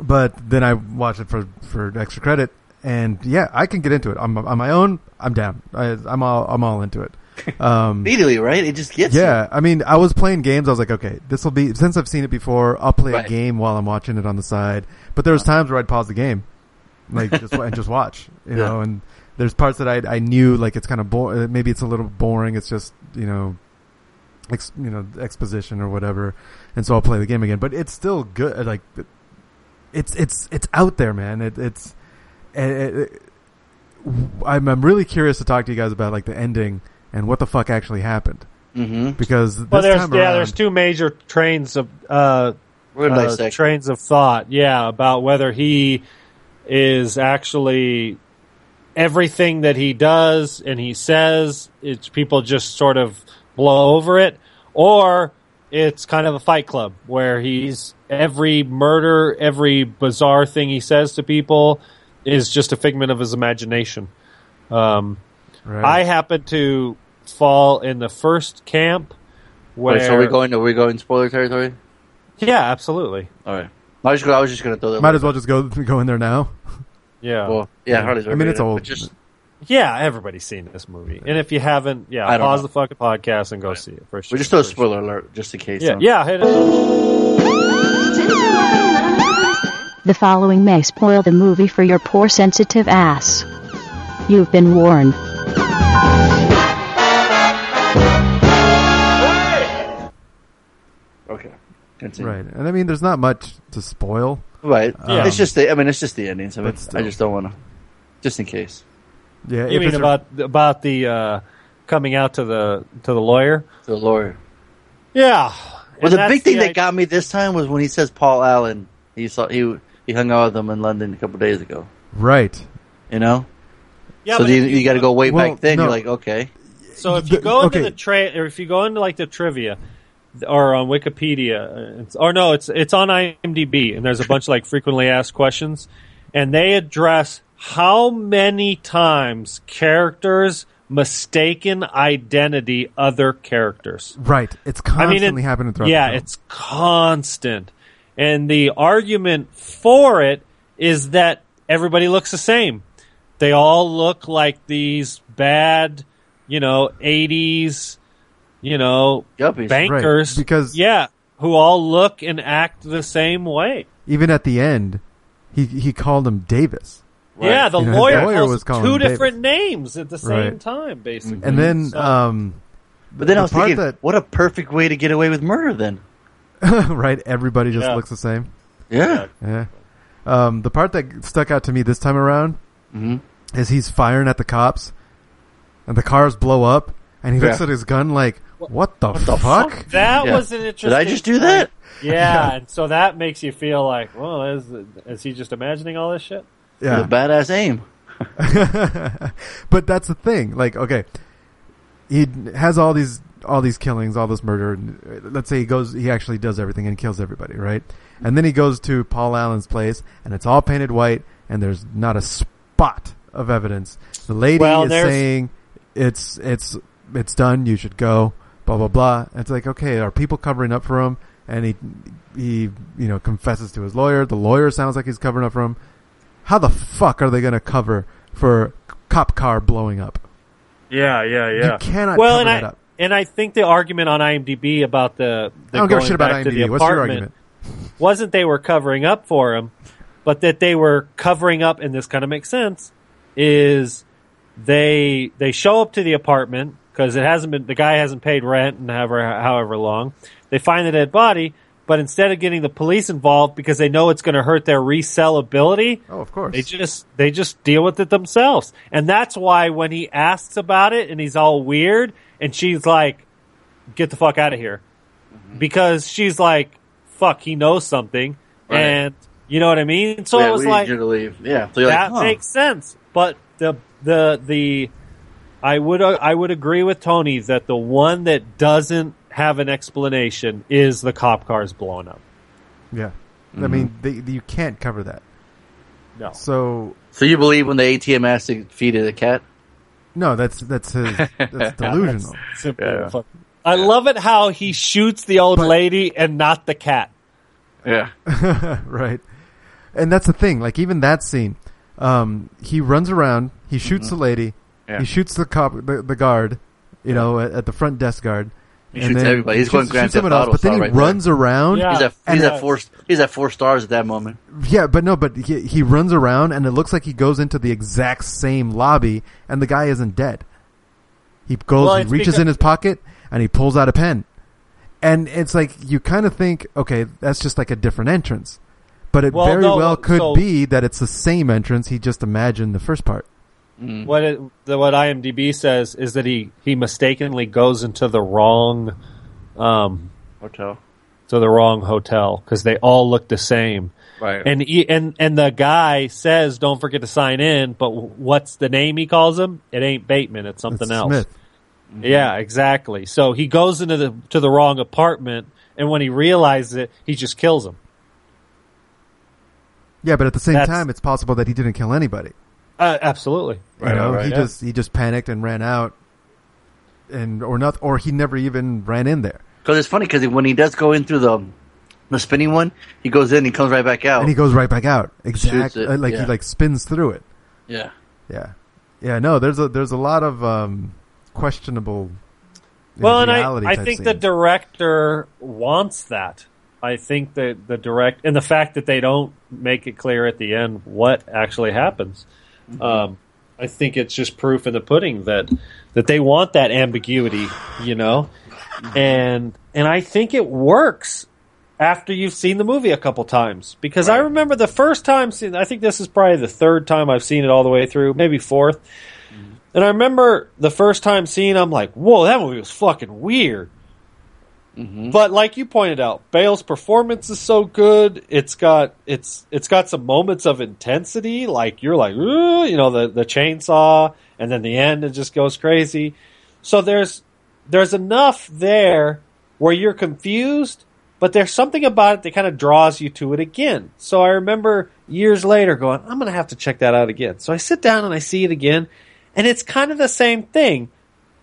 C: but then I watched it for, for extra credit, and yeah, I can get into it. I'm on my own. I'm down. I, I'm all I'm all into it. Um,
E: Immediately, right? It just gets
C: yeah, I mean, I was playing games. I was like, okay, this will be since I've seen it before. I'll play
E: Right. Uh-huh.
C: a game while I'm watching it on the side. But there was times where I'd pause the game, like just and just watch, you
E: Yeah.
C: know. And there's parts that I I knew like it's kind of boring. Maybe it's a little boring. It's just you know, ex, you know, exposition or whatever. And so I'll play the game again. But it's still good. Like eh, it's it's it's out there, man. It, it's it, it, I'm, I'm really curious to talk to you guys about like the ending and what the fuck actually happened. Mm-hmm. Because this
D: Well, there's
C: time
D: yeah,
C: around,
D: there's two major trains of uh,
E: We're gonna
D: uh,
E: dissect.
D: trains of thought. Yeah, about whether he is actually everything that he does and he says. It's people just sort of blow over it, or it's kind of a Fight Club where he's every murder, every bizarre thing he says to people is just a figment of his imagination. Um,
C: right?
D: I happened to fall in the first camp. Where,
E: Wait, so are we going? Are we going spoiler territory?
D: Yeah, absolutely.
E: All right. I was just, gonna- I was just gonna throw that.
C: might as well just go go in there now.
D: Yeah.
E: Well, yeah, Harley's.
C: I mean, it's
E: overrated,
C: old.
E: but Just
D: yeah, everybody's seen this movie. And if you haven't, yeah,
E: I don't
D: pause
E: know.
D: the fucking podcast and go see it for sure.
E: we just throw a
D: for sure.
E: spoiler alert just in case.
D: Yeah,
E: huh?
D: yeah, hit it.
I: The following may spoil the movie for your poor sensitive ass. You've been warned.
E: Okay. Continue.
C: Right. And I mean, there's not much to spoil.
E: Right.
D: Yeah.
E: It's just the. I mean, it's just the endings. I, mean,
C: But still.
E: I just don't want to. Just in case.
C: Yeah. if
D: You mean
C: it's a-
D: about about the uh, coming out to the to the lawyer?
E: The lawyer.
D: Yeah.
E: Well,
D: And
E: the
D: that's
E: big thing
D: idea-
E: that got me this time was when he says Paul Allen. He saw he he hung out with them in London a couple days ago.
C: right?
E: You know.
D: Yeah,
E: so
D: but
E: you,
D: if
E: you, got to go way
C: Well,
E: back then.
C: no.
E: You're like, okay,
D: So if you
C: The-
D: go into
C: okay.
D: the tra- or if you go into like the trivia or on Wikipedia, uh, it's, or no, it's it's on IMDb, and there's a bunch of like frequently asked questions, and they address how many times characters mistaken identity other characters.
C: Right. It's
D: I mean,
C: constantly
D: it-
C: happening throughout.
D: Yeah,
C: the film.
D: it's constant, and the argument for it is that everybody looks the same. They all look like these bad, you know, '80s, you know,
E: yuppies.
D: bankers.
C: because-
D: yeah, who all look and act the same way.
C: even at the end, he he called him Davis,
D: Yeah, the
C: You know, his
D: lawyer,
C: lawyer
D: calls
C: was calling
D: two
C: him Davis.
D: different names at the same
C: Right.
D: time, basically.
C: and then
D: Mm-hmm. So-
C: um,
E: But then
C: the
E: I was
C: part
E: thinking,
C: that-
E: what a perfect way to get away with murder. Then.
C: right, everybody just
D: Yeah.
C: looks the same.
E: Yeah.
C: Yeah. Um, the part that stuck out to me this time around is he's firing at the cops, and the cars blow up, and he looks
E: Yeah.
C: at his gun like, "What the, fuck?"
D: fuck? That
E: Yeah.
D: was an interesting.
E: Did I just do that?
D: Yeah, and so that makes you feel like, well, is is he just imagining all this shit?
E: With a badass aim.
C: but that's the thing. Like, okay, he has all these all these killings, all this murder. And uh, let's say he goes, he actually does everything and kills everybody, right? And then he goes to Paul Allen's place, and it's all painted white, and there's not a spot of evidence. The lady
D: Well,
C: is
D: there's-
C: saying, "It's it's it's done. You should go." Blah blah blah. And it's like, okay, are people covering up for him? And he he you know confesses to his lawyer. The lawyer sounds like he's covering up for him how the fuck are they going to cover for cop car blowing up?
D: Yeah, yeah, yeah.
C: You cannot
D: well,
C: cover
D: and
C: that
D: I
C: up.
D: and I think the argument on IMDb about the, the
C: I don't give a
D: going
C: shit about
D: back to the
C: IMDb. What's your
D: apartment
C: argument?
D: wasn't they were covering up for him, but that they were covering up, and this kind of makes sense, is they they show up to the apartment because it hasn't been the guy hasn't paid rent and however however long. They find the dead body, but instead of getting the police involved because they know it's going to hurt their resellability,
C: Oh, of course.
D: they just they just deal with it themselves, and that's why when he asks about it and he's all weird, and she's like, "Get the fuck out of here,"
E: Mm-hmm.
D: because she's like, "Fuck, he knows something,"
E: Right.
D: and you know what I mean. So
E: yeah,
D: it was
E: we
D: like
E: need you to leave. Yeah. So you're
D: that
E: like, huh.
D: makes sense, but the the the I would I would agree with Tony that the one that doesn't have an explanation is the cop cars blowing up.
C: yeah. Mm-hmm. I mean, they, you can't cover that.
D: No,
C: So
E: So you believe when the ATM asked to feed it a cat?
C: no, that's that's his that's delusional.
D: Simple fuck. I love it how he shoots the old lady and not the cat.
E: Yeah.
C: right? And that's the thing. Like even that scene, um, he runs around, he shoots the lady,
E: Mm-hmm. Yeah.
C: he shoots the cop, the, the guard, you know, at, at the front desk guard. He
E: shoots everybody. He's going Grand
C: someone
E: Theft
C: else,
E: Auto
C: but then he
E: style right there.
C: runs around.
D: Yeah.
E: He's at
D: And
E: he's
D: the-
E: at four he's at four stars at that moment.
C: Yeah, but no, but he, he runs around and it looks like he goes into the exact same lobby and the guy isn't dead. He goes,
D: Well,
C: he
D: it's
C: reaches
D: because-
C: in his pocket and he pulls out a pen. And it's like, you kind of think, okay, that's just like a different entrance. But it
D: Well,
C: very
D: no,
C: well could
D: so-
C: be that it's the same entrance. He just imagined the first part.
D: What it, the, what IMDb says is that he he mistakenly goes into the wrong um,
E: Hotel.
D: to the wrong hotel because they all look the same.
E: Right.
D: And he, and and the guy says, "Don't forget to sign in." But what's the name he calls him? It ain't Bateman. It's something
C: It's
D: else.
C: Smith.
D: Yeah, exactly. So he goes into the to the wrong apartment, and when he realizes it, he just kills him.
C: Yeah, but at the same
D: That's-
C: time, it's possible that he didn't kill anybody.
D: Uh, absolutely.
C: You know, he
D: yeah.
C: just he just panicked and ran out, and or not, or he never even ran in there,
E: Because it's funny because when he does go in through the the spinning one, he goes in, he comes right back out.
C: and he goes right back out. Exactly,
E: it,
C: like
E: yeah.
C: he like spins through it.
E: yeah,
C: Yeah, yeah. No, there's a there's a lot of um, questionable. you know,
D: Well, and
C: reality
D: I, I
C: type
D: think the
C: scenes.
D: director wants that. I think that the direct and the fact that they don't make it clear at the end what actually happens.
C: Mm-hmm.
D: Um, I think it's just proof in the pudding that that they want that ambiguity, you know,
C: Mm-hmm.
D: and and I think it works after you've seen the movie a couple times because I remember the first time seeing. I think this is probably the third time I've seen it all the way through, maybe fourth. And I remember the first time seeing, I'm like, whoa, that movie was fucking weird. But like you pointed out, Bale's performance is so good. It's got it's it's got some moments of intensity. Like you're like, "Ooh," you know, the the chainsaw, and then the end it just goes crazy. So there's there's enough there where you're confused, but there's something about it that kind of draws you to it again. So I remember years later going, I'm going to have to check that out again. So I sit down and I see it again, and it's kind of the same thing.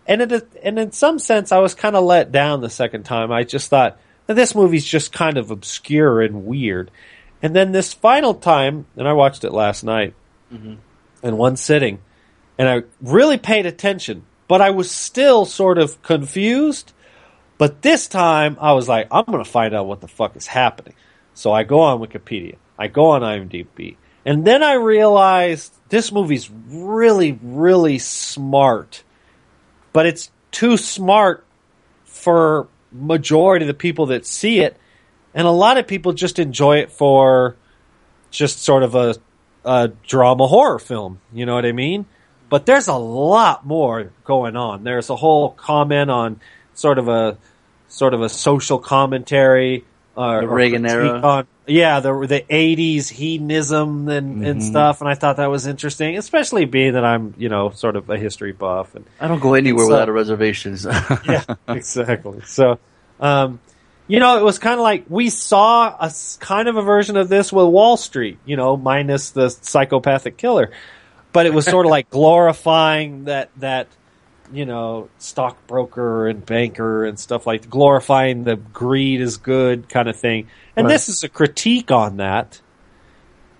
D: And it is- and in some sense, I was kind of let down the second time. I just thought this movie's just kind of obscure and weird. And then this final time, and I watched it last night in one sitting, and I really paid attention, but I was still sort of confused. But this time, I was like, I'm going to find out what the fuck is happening. So I go on Wikipedia, I go on IMDb, and then I realized this movie's really, really smart but it's too smart for majority of the people that see it and a lot of people just enjoy it for just sort of a, a drama horror film you know what i mean but there's a lot more going on there's a whole comment on sort of a sort of a social commentary uh, or
E: The Reagan
D: critique
E: era.
D: on- yeah the, the 80s hedonism and, and
E: Mm-hmm.
D: stuff and i thought that was interesting especially being that i'm you know sort of a history buff and
E: I don't go anywhere
D: So-
E: without a reservations.
D: yeah, exactly. So, um, you know, it was kind of like we saw a s- kind of a version of this with Wall Street, you know, minus the psychopathic killer, but it was sort of like glorifying that that you know stockbroker and banker and stuff like glorifying the greed is good kind of thing. And this is a critique on that.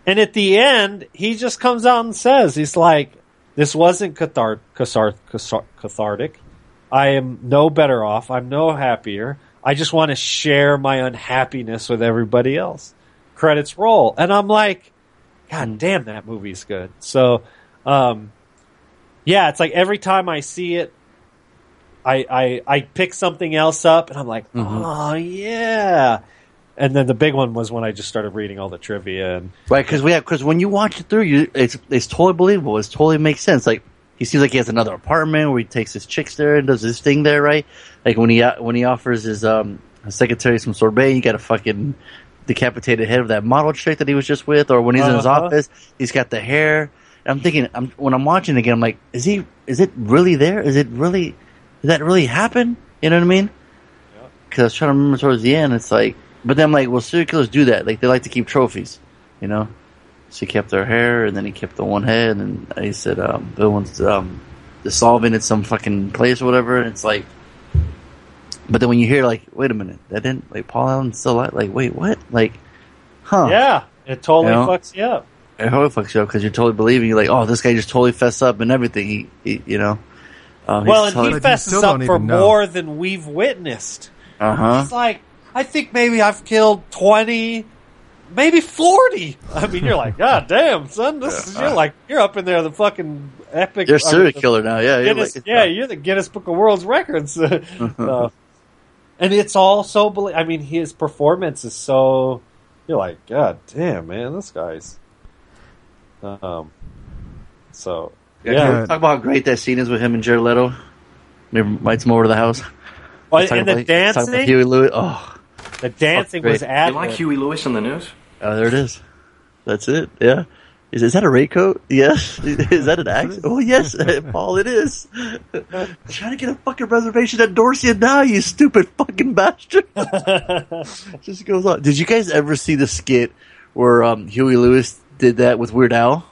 D: And at the end, he just comes out and says, he's like, this wasn't cathar- cathar- cathar- cathartic. I am no better off. I'm no happier. I just want to share my unhappiness with everybody else. Credits roll. And I'm like,
C: Hmm.
D: God damn, that movie's good. So, um, yeah, it's like every time I see it, I, I, I pick something else up and I'm like,
C: Mm-hmm.
D: oh, yeah. And then the big one was when I just started reading all the trivia and
E: Right, because we have because when you watch it through, you it's it's totally believable. It's totally makes sense. Like he seems like he has another apartment where he takes his chicks there and does his thing there, right? Like when he when he offers his um his secretary some sorbet, he got a fucking decapitated head of that model chick that he was just with, or when he's in his
D: Uh-huh.
E: office, he's got the hair. And I'm thinking, I'm when I'm watching it again, I'm like, is he? Is it really there? Is it really? Did that really happen? You know what I mean? Because I was trying to remember towards the end, it's like, but then I'm like, well, serial killers do that. Like they like to keep trophies, you know. So he kept her hair, and then he kept the one head, and he said um, the one's um, dissolving at some fucking place or whatever. And it's like, but then when you hear like, wait a minute, that didn't like Paul Allen's still alive. Like, wait, what? Like, huh?
D: yeah, it totally
E: Yeah.
D: fucks you up.
E: it totally fucks you up because you're totally believing. You're like, oh, this guy just totally fessed up and everything. He, he you know. Um,
D: Well, and
C: But
D: he
C: you
D: fesses
C: still
D: up
C: don't
D: for
C: even know.
D: more than we've witnessed.
E: uh huh.
D: It's like, I think maybe I've killed 20, maybe 40. I mean, you're like, God damn, son. This is, you're like, you're up in there, the fucking epic.
E: uh. You're a
D: I mean,
E: serial
D: the
E: killer now. Yeah, you're
D: Guinness,
E: like- uh.
D: yeah, you're the Guinness Book of World's Records. Uh, and it's all so, belie- I mean, his performance is so, you're like, God damn, man, this guy's. Um, so, Yeah.
E: Talk about how great that scene is with him and Jared Leto. They invites him over to the house.
D: Well,
E: Talk
D: and Uh, the
E: about- talk about
D: dancing,
E: Huey Lewis. Oh,
D: the dancing was
E: Fuck,
G: You
D: ad
G: like Huey Lewis on the news?
E: oh, there it is. That's it. Yeah. Is, is that a raincoat? Yes. Is that an axe? Oh, yes, Paul, it is. Trying to get a fucking reservation at Dorsia now, you stupid fucking bastard. Just goes on. Did you guys ever see the skit where um, Huey Lewis did that with Weird Al?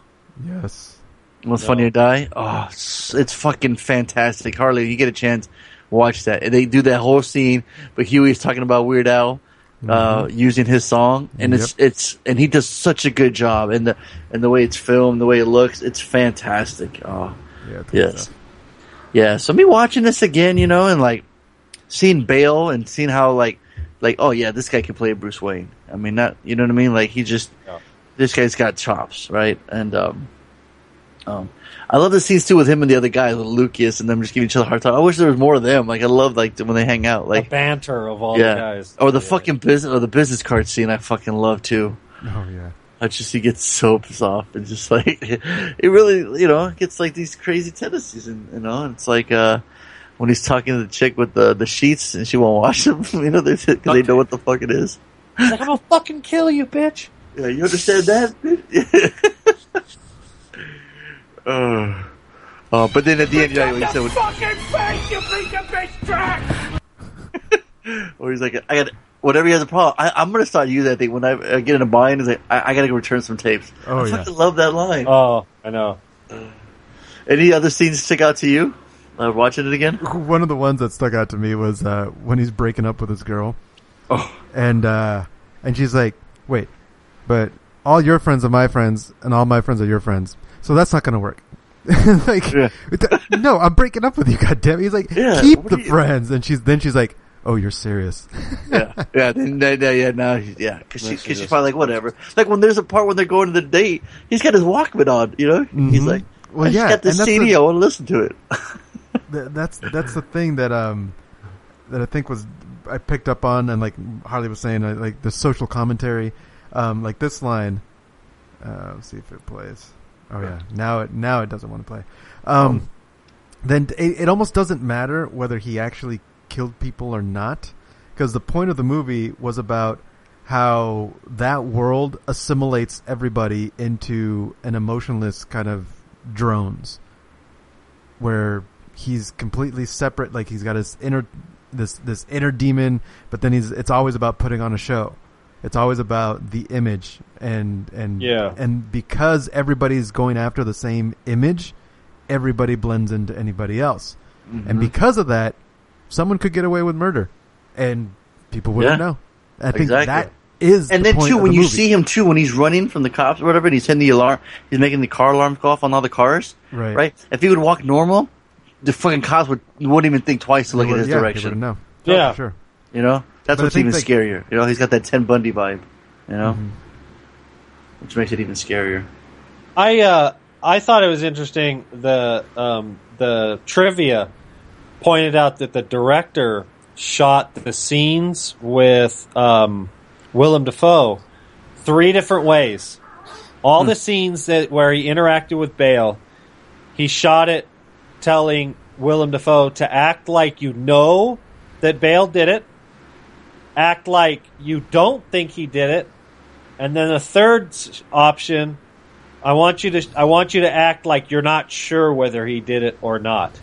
C: Yes.
E: Most Funny or Die. Oh, it's, it's fucking fantastic. Harley, you get a chance, watch that. And they do that whole scene, but Huey's talking about Weird Al uh, using his song, and it's it's and he does such a good job, and the and the way it's filmed, the way it looks, it's fantastic. Oh,
C: Yeah. it's good
E: yes,
C: stuff.
E: yeah. So me watching this again, you know, and like seeing Bale and seeing how like like oh yeah, this guy can play Bruce Wayne. I mean, not you know what I mean? Like he just this guy's got chops, right? And um, um, I love the scenes too with him and the other guy, with Lucas, and them just giving each other a hard time. I wish there was more of them. Like I love like when they hang out,
D: the
E: like
D: banter of all
E: yeah,
D: the guys.
E: or the
D: Yeah.
E: fucking business or the business card scene. I fucking love too.
C: Oh yeah.
E: I just he gets so pissed off and just like it really you know gets like these crazy tendencies and you know and it's like uh when he's talking to the chick with the the sheets and she won't wash them you know they because they know what the fuck it is.
D: He's like, I'm gonna fucking kill you, bitch.
E: Yeah, you understand that? bitch? uh, uh, but then at the end, yeah, he said, or he's like, I got whatever he has a problem. I, I'm gonna start using that thing when I uh, get in a bind. He's like, I, I gotta go return some tapes.
C: Oh,
E: I
C: yeah.
E: fucking love that line.
D: Oh, I know.
E: Any other scenes stick out to you? Uh, watching it again?
C: one of the ones that stuck out to me was uh, when he's breaking up with his girl.
E: Oh.
C: And uh, and she's like, "Wait, but all your friends are my friends, and all my friends are your friends, so that's not gonna work." like,
E: Yeah.
C: it- no, I'm breaking up with you, goddamn. He's like,
E: Yeah,
C: "Keep
E: what
C: the
E: do you-
C: friends," and she's then she's like, "Oh, you're serious."
E: yeah, yeah, then, then, then, yeah, now, he- yeah, because she,
D: Then
E: cause
D: she
E: she's
D: just-
E: probably like, whatever. Like when there's a part when they're going to the date, he's got his Walkman on, you know. He's
C: Mhm.
E: like,
C: Well,
E: I just
C: yeah,
E: got
C: and
E: this
C: that's
E: CD,
C: the-
E: I want to listen to it.
C: Th- that's that's the thing that um that I think was I picked up on and like Harley was saying uh, like the social commentary um like this line uh let's see if it plays oh yeah now it now it doesn't want to play um then it, it almost doesn't matter whether he actually killed people or not because the point of the movie was about how that world assimilates everybody into an emotionless kind of drones where he's completely separate. Like he's got his inner this this inner demon, but then he's it's always about putting on a show. It's always about the image and and
D: Yeah.
C: and because everybody's going after the same image, everybody blends into anybody else, and because of that, someone could get away with murder, and people wouldn't
E: Yeah.
C: know. I think
E: Exactly.
C: that is
E: And
C: the
E: then
C: point
E: too,
C: of
E: when
C: the
E: you
C: movie.
E: see him too, when he's running from the cops or whatever, and he's hitting the alarm, he's making the car alarm go off on all the cars.
C: Right.
E: If he would walk normal, the fucking cops would wouldn't even think twice to look at his
C: yeah, they wouldn't
E: direction.
C: know.
D: Yeah.
C: for sure.
E: You know, that's
C: But I
E: what's
C: think, Mm-hmm.
E: even
C: like-
E: scarier. You know, he's got that Ten Bundy vibe. You know, which makes it even scarier.
D: I uh, I thought it was interesting. The um, the trivia pointed out that the director shot the scenes with um, Willem Dafoe three different ways. All
C: Hmm.
D: the scenes that where he interacted with Bale, he shot it telling Willem Dafoe to act like you know that Bale did it, act like you don't think he did it, and then the third s- option I want you to I want you to act like you're not sure whether he did it or not.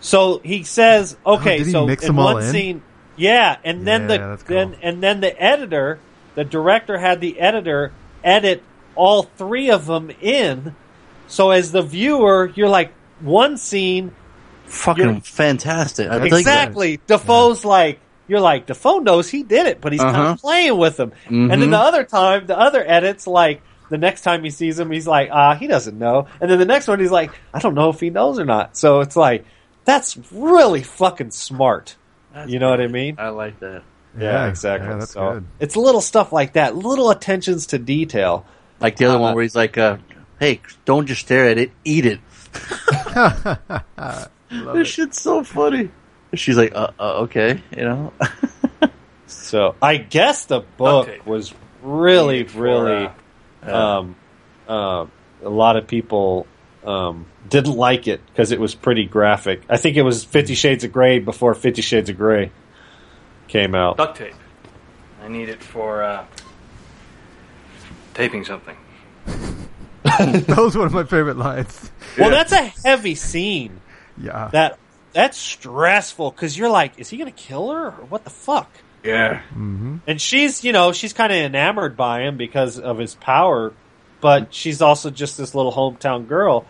D: So he says, okay,
C: did he
D: so
C: mix
D: in
C: them all
D: one
C: in?
D: scene, yeah, and then
C: Yeah,
D: the
C: that's cool.
D: then and then the editor, the director had the editor edit all three of them in. So as the viewer, you're like one scene
E: Fucking
D: You're-
E: fantastic. I think-
D: exactly. Defoe's like you're like Defoe knows he did it, but he's kind
E: Uh-huh.
D: of playing with him. And then
C: Mm-hmm.
D: the other time, the other edits like the next time he sees him, he's like ah he doesn't know. And then the next one, he's like I don't know if he knows or not. So it's like that's really fucking smart. you know what I mean?
E: I like that.
D: Yeah, exactly.
C: Yeah, that's
D: so
C: good.
D: it's little stuff like that, little attentions to detail.
E: Like the other one where he's like, uh, "Hey, don't just stare at it, eat it." this shit's so funny. She's like, "Uh, uh okay," you know.
D: So I guess the book
G: Okay.
D: was really,
G: For,
D: really
G: uh,
D: um, uh, a lot of people Um, didn't like it because it was pretty graphic. I think it was Fifty Shades of Grey before Fifty Shades of Grey came out.
G: Duct tape. I need it for uh, taping something.
C: That was one of my favorite lines.
D: Well, that's a heavy scene.
C: Yeah.
D: That that's stressful because you're like, is he going to kill her or what the fuck?
G: Yeah.
D: And she's, you know, she's kind of enamored by him because of his power, but she's also just this little hometown girl,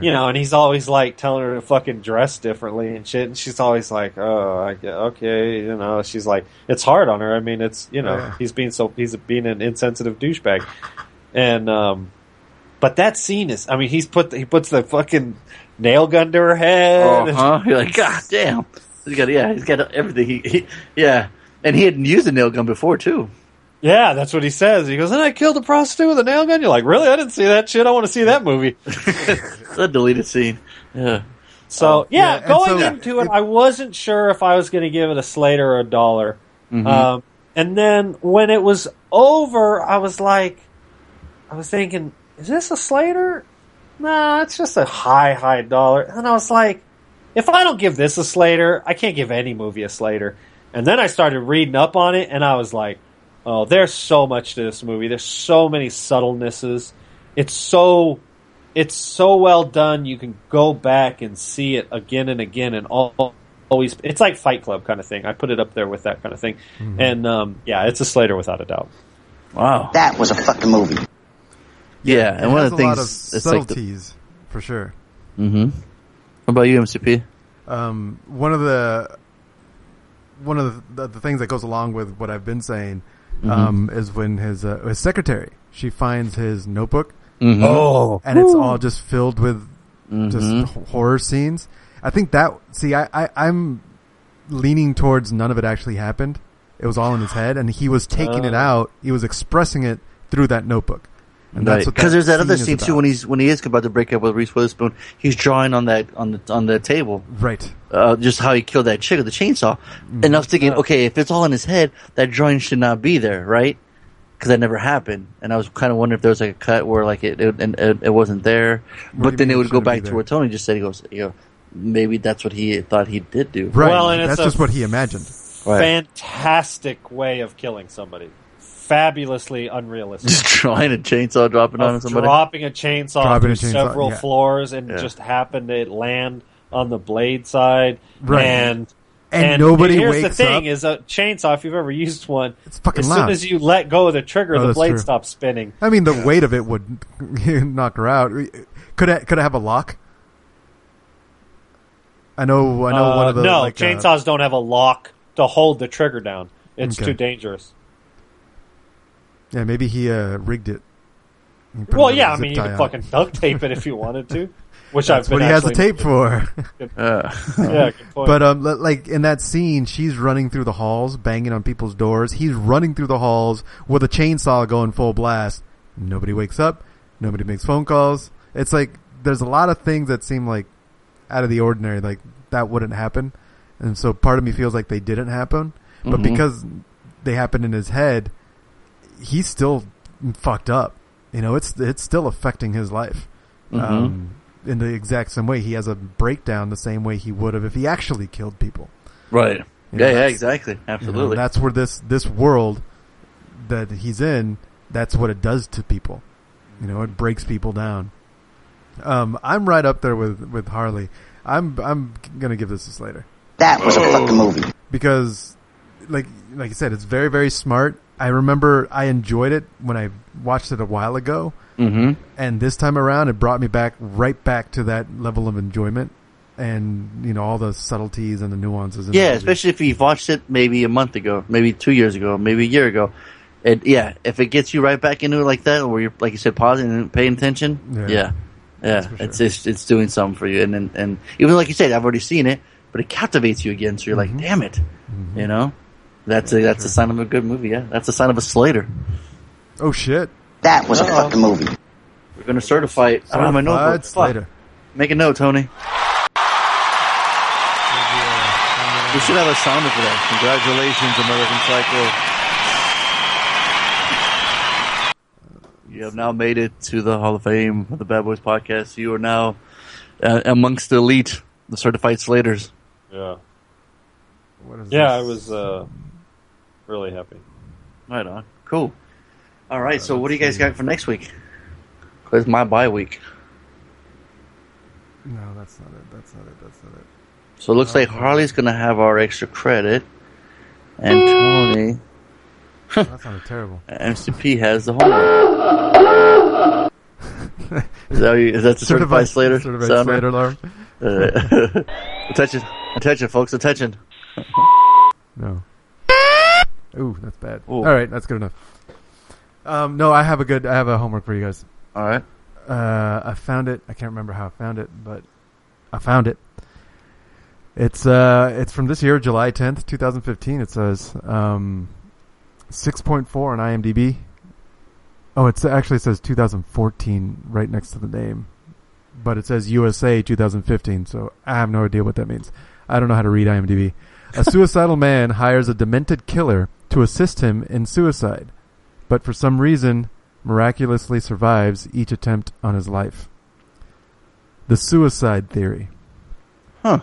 D: you know. And he's always like telling her to fucking dress differently and shit. And she's always like, oh, I get, okay, you know. She's like, it's hard on her. I mean, it's you know,
C: Yeah.
D: he's being so he's being an insensitive douchebag, and um, but that scene is, I mean, he's put he puts the fucking nail gun to her head.
E: Uh
D: and-
E: huh. You're like, God damn. He's got yeah. He's got everything. He, he yeah. And he hadn't used a nail gun before too.
D: Yeah, that's what he says. He goes, and I killed a prostitute with a nail gun. You're like, really? I didn't see that shit. I want to see that movie.
E: The deleted scene. Yeah.
D: So
C: Oh,
D: yeah,
C: yeah, and
D: going
C: so-
D: into it, I wasn't sure if I was going to give it a slate or a dollar.
C: Mm-hmm.
D: Um, and then when it was over, I was like, I was thinking, is this a Slater? Nah, it's just a high, high dollar. And I was like, if I don't give this a Slater, I can't give any movie a Slater. And then I started reading up on it, and I was like, oh, there's so much to this movie. There's so many subtlenesses. It's so, it's so well done. You can go back and see it again and again, and all, always. It's like Fight Club kind of thing. I put it up there with that kind of thing.
C: Mm-hmm.
D: And um, yeah, it's a Slater without a doubt.
E: Wow.
F: That was a fucking movie.
E: Yeah. and one
C: It has
E: of the
C: a lot
E: things
C: of
E: it's like the,
C: subtleties for sure.
E: what about you, MCP?
C: um, one of the one of the, the things that goes along with what I've been saying
E: Mm-hmm.
C: um, is when his uh, his secretary she finds his notebook
E: Mm-hmm.
D: Oh,
C: and it's all just filled with just
E: Mm-hmm.
C: h- horror scenes. I think that see I, I I'm leaning towards none of it actually happened. It was all in his head, and he was taking
E: Uh.
C: it out. He was expressing it through that notebook, and that's what
E: Because there's that other
C: is
E: scene too
C: about.
E: when he's when he is about to break up with Reese Witherspoon. He's drawing on that on the on the table.
C: right.
E: uh, just how he killed that chick with the chainsaw.
C: Mm.
E: And I was thinking, okay, if it's all in his head, that drawing should not be there, right? Because that never happened. And I was kind of wondering if there was like a cut where like it it, and it, it wasn't there.
C: do
E: but
C: you
E: then
C: mean
E: it
C: it
E: would go
C: shouldn't be
E: back to
C: there?
E: what Tony just said. He goes, you know, maybe that's what he thought he did do.
C: Right.
D: Well, and it's
C: that's
D: a-
C: just what he imagined.
D: fantastic way of killing somebody. Fabulously unrealistic.
E: Just drawing a chainsaw, dropping on
D: Of
E: somebody.
D: dropping a chainsaw
C: Dropping a
D: through
C: chainsaw,
D: several
C: yeah.
D: floors and just happened to land on the blade side.
C: Right.
D: And,
C: And nobody
D: here's
C: wakes
D: the thing
C: up.
D: is a chainsaw, if you've ever used one,
C: It's fucking
D: as soon
C: loud.
D: as you let go of the trigger,
C: Oh,
D: the
C: that's
D: blade
C: true.
D: stops spinning.
C: I mean, the weight of it would knock her out. Could it, could it have a lock? I know. I know
D: Uh,
C: one of the
D: no,
C: like, uh,
D: chainsaws don't have a lock to hold the trigger down. It's
C: Okay.
D: too dangerous.
C: yeah, maybe he uh, rigged it. He put
D: Well,
C: it on
D: yeah,
C: a
D: I
C: zip
D: mean, you
C: tie
D: can
C: on.
D: fucking duct tape it if you wanted to, which I've
C: That's
D: been
C: what he has the
D: actually-
C: tape for.
D: Yeah, good point.
C: but um, li- like in that scene, she's running through the halls, banging on people's doors. He's running through the halls with a chainsaw going full blast. Nobody wakes up. Nobody makes phone calls. It's like there's a lot of things that seem like out of the ordinary, like that wouldn't happen. And so part of me feels like they didn't happen, but because they happened in his head, he's still fucked up. You know, it's it's still affecting his life
E: Mm-hmm.
C: um, in the exact same way. He has a breakdown the same way he would have if he actually killed people.
E: right.
C: You know,
E: Yeah, yeah,
C: that's-
E: exactly.
C: You know,
E: Absolutely.
C: that's where this this world that he's in. That's what it does to people. You know, it breaks people down. Um, I'm right up there with with Harley. I'm I'm gonna give this a Slater
F: That
G: Oh.
F: was a fucking movie.
C: because like like I said, it's very very smart. I remember I enjoyed it when I watched it a while ago, mm-hmm. and this time around, it brought me back right back to that level of enjoyment, and you know all the subtleties and the nuances. And
E: Yeah, especially if you've watched it maybe a month ago, maybe two years ago, maybe a year ago. And yeah, if it gets you right back into it like that, where you're like you said, pausing and paying attention,
C: Yeah.
E: yeah, yeah,
C: for
E: it's,
C: sure.
E: it's it's doing something for you. And, and and even like you said, I've already seen it, but it captivates you again. So you're
C: Mm-hmm.
E: like, damn it, you know, that's a, that's a sign of a good movie. Yeah, that's a sign of a Slater.
C: oh shit,
F: That was a fucking movie.
E: We're gonna certify it. I don't have my
C: Certified
E: notebook. Fuck.
C: Slater.
E: Make a note, Tony. We should have a sounder for that. Congratulations, American Psycho. You have now made it to the Hall of Fame of the Bad Boys podcast. You are now uh, amongst the elite, the certified Slaters.
D: Yeah.
C: What is
D: Yeah, I
C: this?
D: was uh, really happy.
E: Right on. Cool. All right. So, what do you guys got for next week? 'Cause it's my bye week.
C: No, that's not it. That's not it. That's not it.
E: So it looks like Harley's going to have our extra credit, and Tony
C: That sounded terrible.
E: MCP has the homework. is, that, is that the certified, Slater?
C: Certified
E: sound?
C: Slater alarm.
E: Uh, attention, attention, folks, attention.
C: No. Ooh, that's bad.
E: Ooh.
C: All right, that's good enough. Um, no, I have a good. I have a homework for you guys.
E: All right.
C: Uh, I found it. I can't remember how I found it, but I found it. It's uh, it's from this year, July tenth, two thousand fifteen. It says um, six point four on IMDb. Oh, it's actually says two thousand fourteen right next to the name, but it says USA two thousand fifteen. So I have no idea what that means. I don't know how to read IMDb. A suicidal man hires a demented killer to assist him in suicide, but for some reason miraculously survives each attempt on his life. The suicide theory.
E: Huh.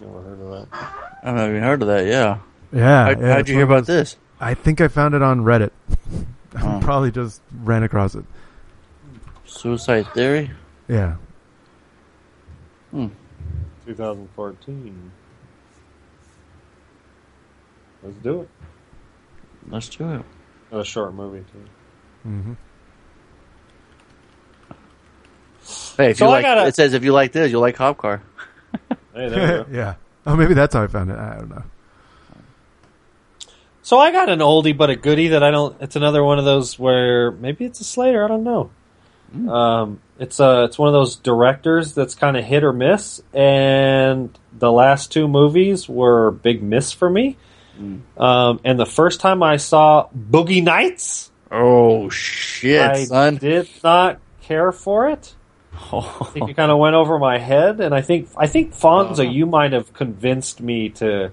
D: Never heard of that.
E: I've not even heard of that. Yeah.
C: Yeah.
E: How,
C: Uh, yeah,
E: how'd
C: it's
E: you hear
C: one of
E: about
C: those-
E: this?
C: I think I found it on Reddit. I
E: Oh.
C: probably just ran across it.
E: Suicide theory.
C: Yeah.
D: 2014. Let's do it.
E: Let's do it.
D: A short movie too.
C: hmm
E: Hey, if
D: So
E: you
D: I
E: like,
D: gotta-
E: it says if you like this, you'll like Hop Car.
D: Hey, there you go.
C: yeah. Oh, maybe that's how I found it. I don't know.
D: So I got an oldie but a goodie that I don't. It's another one of those where maybe it's a Slater. I don't know. Um, it's a it's one of those directors that's kind of hit or miss, and the last two movies were a big miss for me. Um, and the first time I saw Boogie Nights,
E: Oh shit,
D: I
E: son!
D: did not care for it. I think it kind of went over my head, and I think I think Fonzo, you might have convinced me to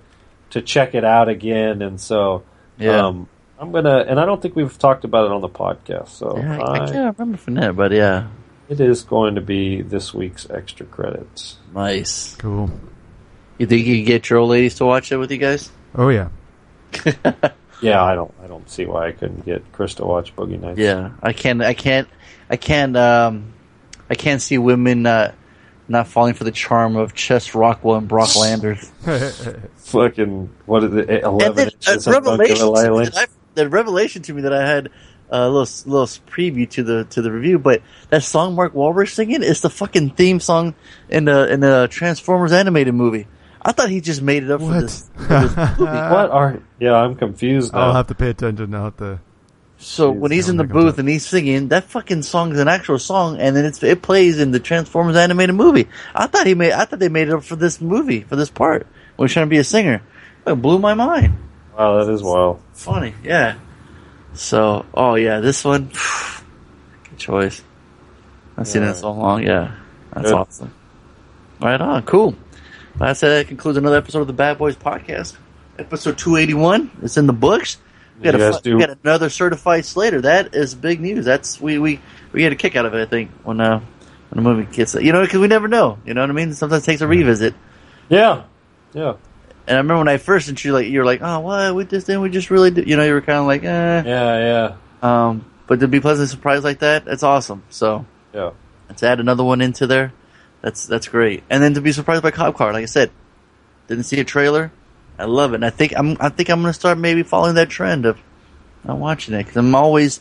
D: to check it out again, and so
E: Yeah.
D: um, I'm gonna. And I don't think we've talked about it on the podcast, so
E: yeah, I, I
D: I-
E: can't remember from that, but yeah,
D: it is going to be this week's extra credit.
E: nice.
C: Cool.
E: You think you can get your old ladies to watch it with you guys?
C: Oh yeah.
D: Yeah, I don't I don't see why I couldn't get Chris to watch Boogie Nights.
E: Yeah, I can't. I can't. I can't. Um, I can't see women not not falling for the charm of Chess Rockwell and Brock Landers.
D: fucking what is it?
E: and
D: Eleven
E: then uh, a
D: inches of
E: revelation
D: Monkey
E: to me
D: Island.
E: that I, the revelation to me that I had uh, a little little preview to the to the review, but that song Mark Wahlberg singing is the fucking theme song in the in the Transformers animated movie. I thought he just made it up for
C: What?
E: this, for this movie.
D: What are? Yeah, I'm confused now.
E: Oh.
C: I'll have to pay attention now. At the
E: So when he's
C: I
E: in the
C: don't think I'm
E: booth and he's singing, that fucking song's an actual song, and then it's it plays in the Transformers animated movie. I thought he made, I thought they made it up for this movie for this part. When he's trying to be a singer, it blew my mind.
D: wow, that is wild.
E: Funny, yeah. So, oh yeah, this one, good choice. I've seen it so long, yeah. That's
D: Good.
E: awesome. Right on, cool. Like I said, that concludes another episode of the Bad Boys Podcast. Episode 281, it's in the books. We got,
D: You
E: a,
D: guys
E: fu-
D: do-
E: we got another certified Slater. That is big news. That's we we we get a kick out of it. I think when uh when a movie gets you know because we never know. You know what I mean? Sometimes it takes a revisit.
D: Yeah, yeah,
E: And I remember when I first and you like you were like oh what we just didn't we just really do you know you were kind of like eh
D: yeah, yeah,
E: um, but to be pleasantly surprised like that, that's awesome. So
D: yeah.
E: to add another one into there, that's that's great. And then to be surprised by Cop Car, like I said, didn't see a trailer. I love it. And I think I'm I think I'm gonna start maybe following that trend of not watching it because I'm always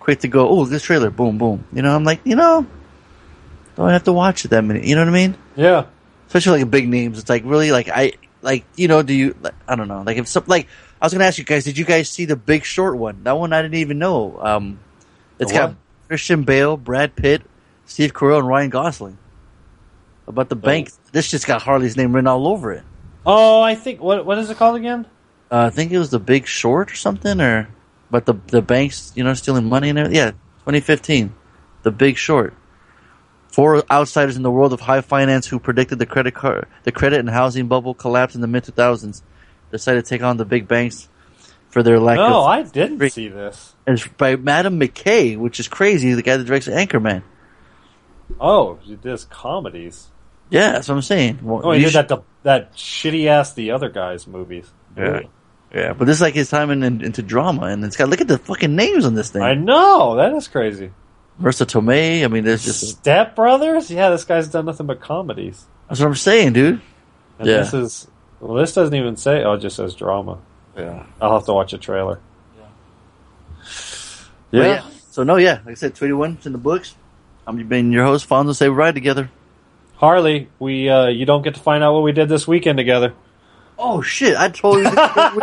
E: quick to go. Oh, this trailer, boom, boom. You know, I'm like, you know, don't have to watch it that many. You know what I mean?
D: Yeah.
E: especially like big names. It's like really like I like you know do you like, I don't know like if some like I was gonna ask you guys did you guys see the Big Short one that one I didn't even know um it's
D: The what?
E: got Christian Bale Brad Pitt Steve Carell and Ryan Gosling about the bank this just got Harley's name written all over it
D: Oh, I think what what is it called again?
E: uh, I think it was the Big Short or something or but the the banks you know stealing money and everything yeah 2015 the Big Short. Four outsiders in the world of high finance who predicted the credit card, the credit and housing bubble collapse in the mid 2000s decided to take on the big banks, for their lack
D: No,
E: of
D: Oh, I didn't see this.
E: it's by Madam McKay, which is crazy. The guy that directs Anchorman.
D: Oh, you did this comedies.
E: Yeah, that's what I'm saying. Well,
D: Oh, he
E: you
D: did
E: should-
D: that that shitty ass the other guys movies.
E: Yeah. Yeah, but this is like his time in, in- into drama, and it's got look at the fucking names on this thing.
D: I know that is crazy.
E: Marissa Tomei. I mean, there's just
D: Step Brothers. Yeah, this guy's done nothing but comedies.
E: that's what I'm saying, dude.
D: And
E: Yeah.
D: this is well, this doesn't even say. Oh, it just says drama.
E: Yeah.
D: I'll have to watch a trailer.
E: Yeah. So no, yeah, like I said, 21 's in the books. I'm being your host, Fonzo. Say we ride together.
D: Harley, we uh, you don't get to find out what we did this weekend together.
E: Oh shit! I totally. missed that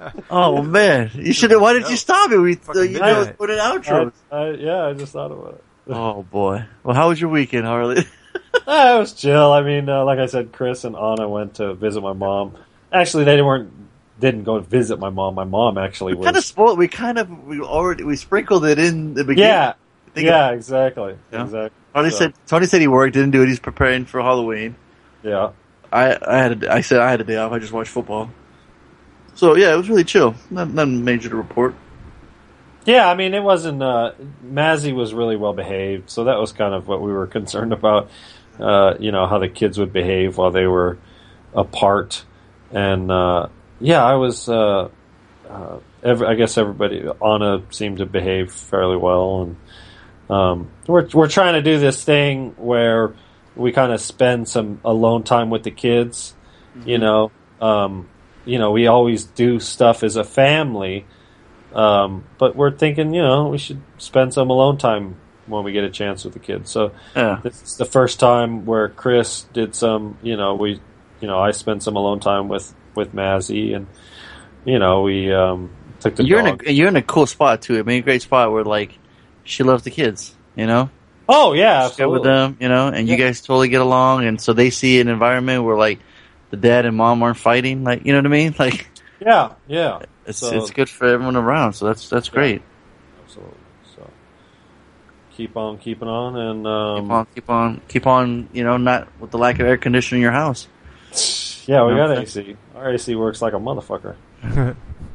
E: weekend. oh man, you should. have Why did you stop it? We uh, you
C: did
E: know
C: it.
E: put an outro.
D: I- I- yeah, I just thought about it.
E: Oh boy. Well, how was your weekend, Harley?
D: Ah, it was chill. I mean, uh, like I said, Chris and Anna went to visit my mom. Actually, they weren't didn't go visit my mom. My mom actually was.
E: kind of spoiled. We kind of we already we sprinkled it in the beginning.
D: yeah,
E: Think
D: yeah, exactly,
E: Yeah.
D: exactly.
E: Tony
D: So,
E: said Tony said he worked, didn't do it. He's preparing for Halloween.
D: yeah.
E: I I had a, I said I had a day off. I just watched football. So yeah, it was really chill. Not, nothing major to report.
D: Yeah, I mean, it wasn't. Uh, Mazzy was really well behaved, so that was kind of what we were concerned about. Uh, you know how the kids would behave while they were apart, and uh, yeah, I was. Uh, uh, every, I guess everybody Anna seemed to behave fairly well, and um, we're we're trying to do this thing where we kind of spend some alone time with the kids. You know, um, you know, we always do stuff as a family. Um, but we're thinking, you know, we should spend some alone time when we get a chance with the kids. So
E: Yeah.
D: this is the first time where Chris did some, you know, we, you know, I spent some alone time with with Mazzy, and you know, we um, took the
E: You're in
D: dog.
E: a you're in a cool spot too. I mean, a great spot where like she loves the kids. You know,
D: oh yeah,
E: She's good with
D: absolutely.
E: them. You know, and you guys totally get along, and so they see an environment where like the dad and mom aren't fighting. Like you know what I mean? Like
D: yeah, yeah,
E: it's
D: So-
E: it's good for everyone around. So that's that's great.
D: absolutely. So keep on keeping on, and um,
E: keep on, keep on, keep on. You know, not with the lack of air conditioning in your house.
D: yeah, we
E: No,
D: got
E: thanks.
D: AC. Our AC works like a motherfucker.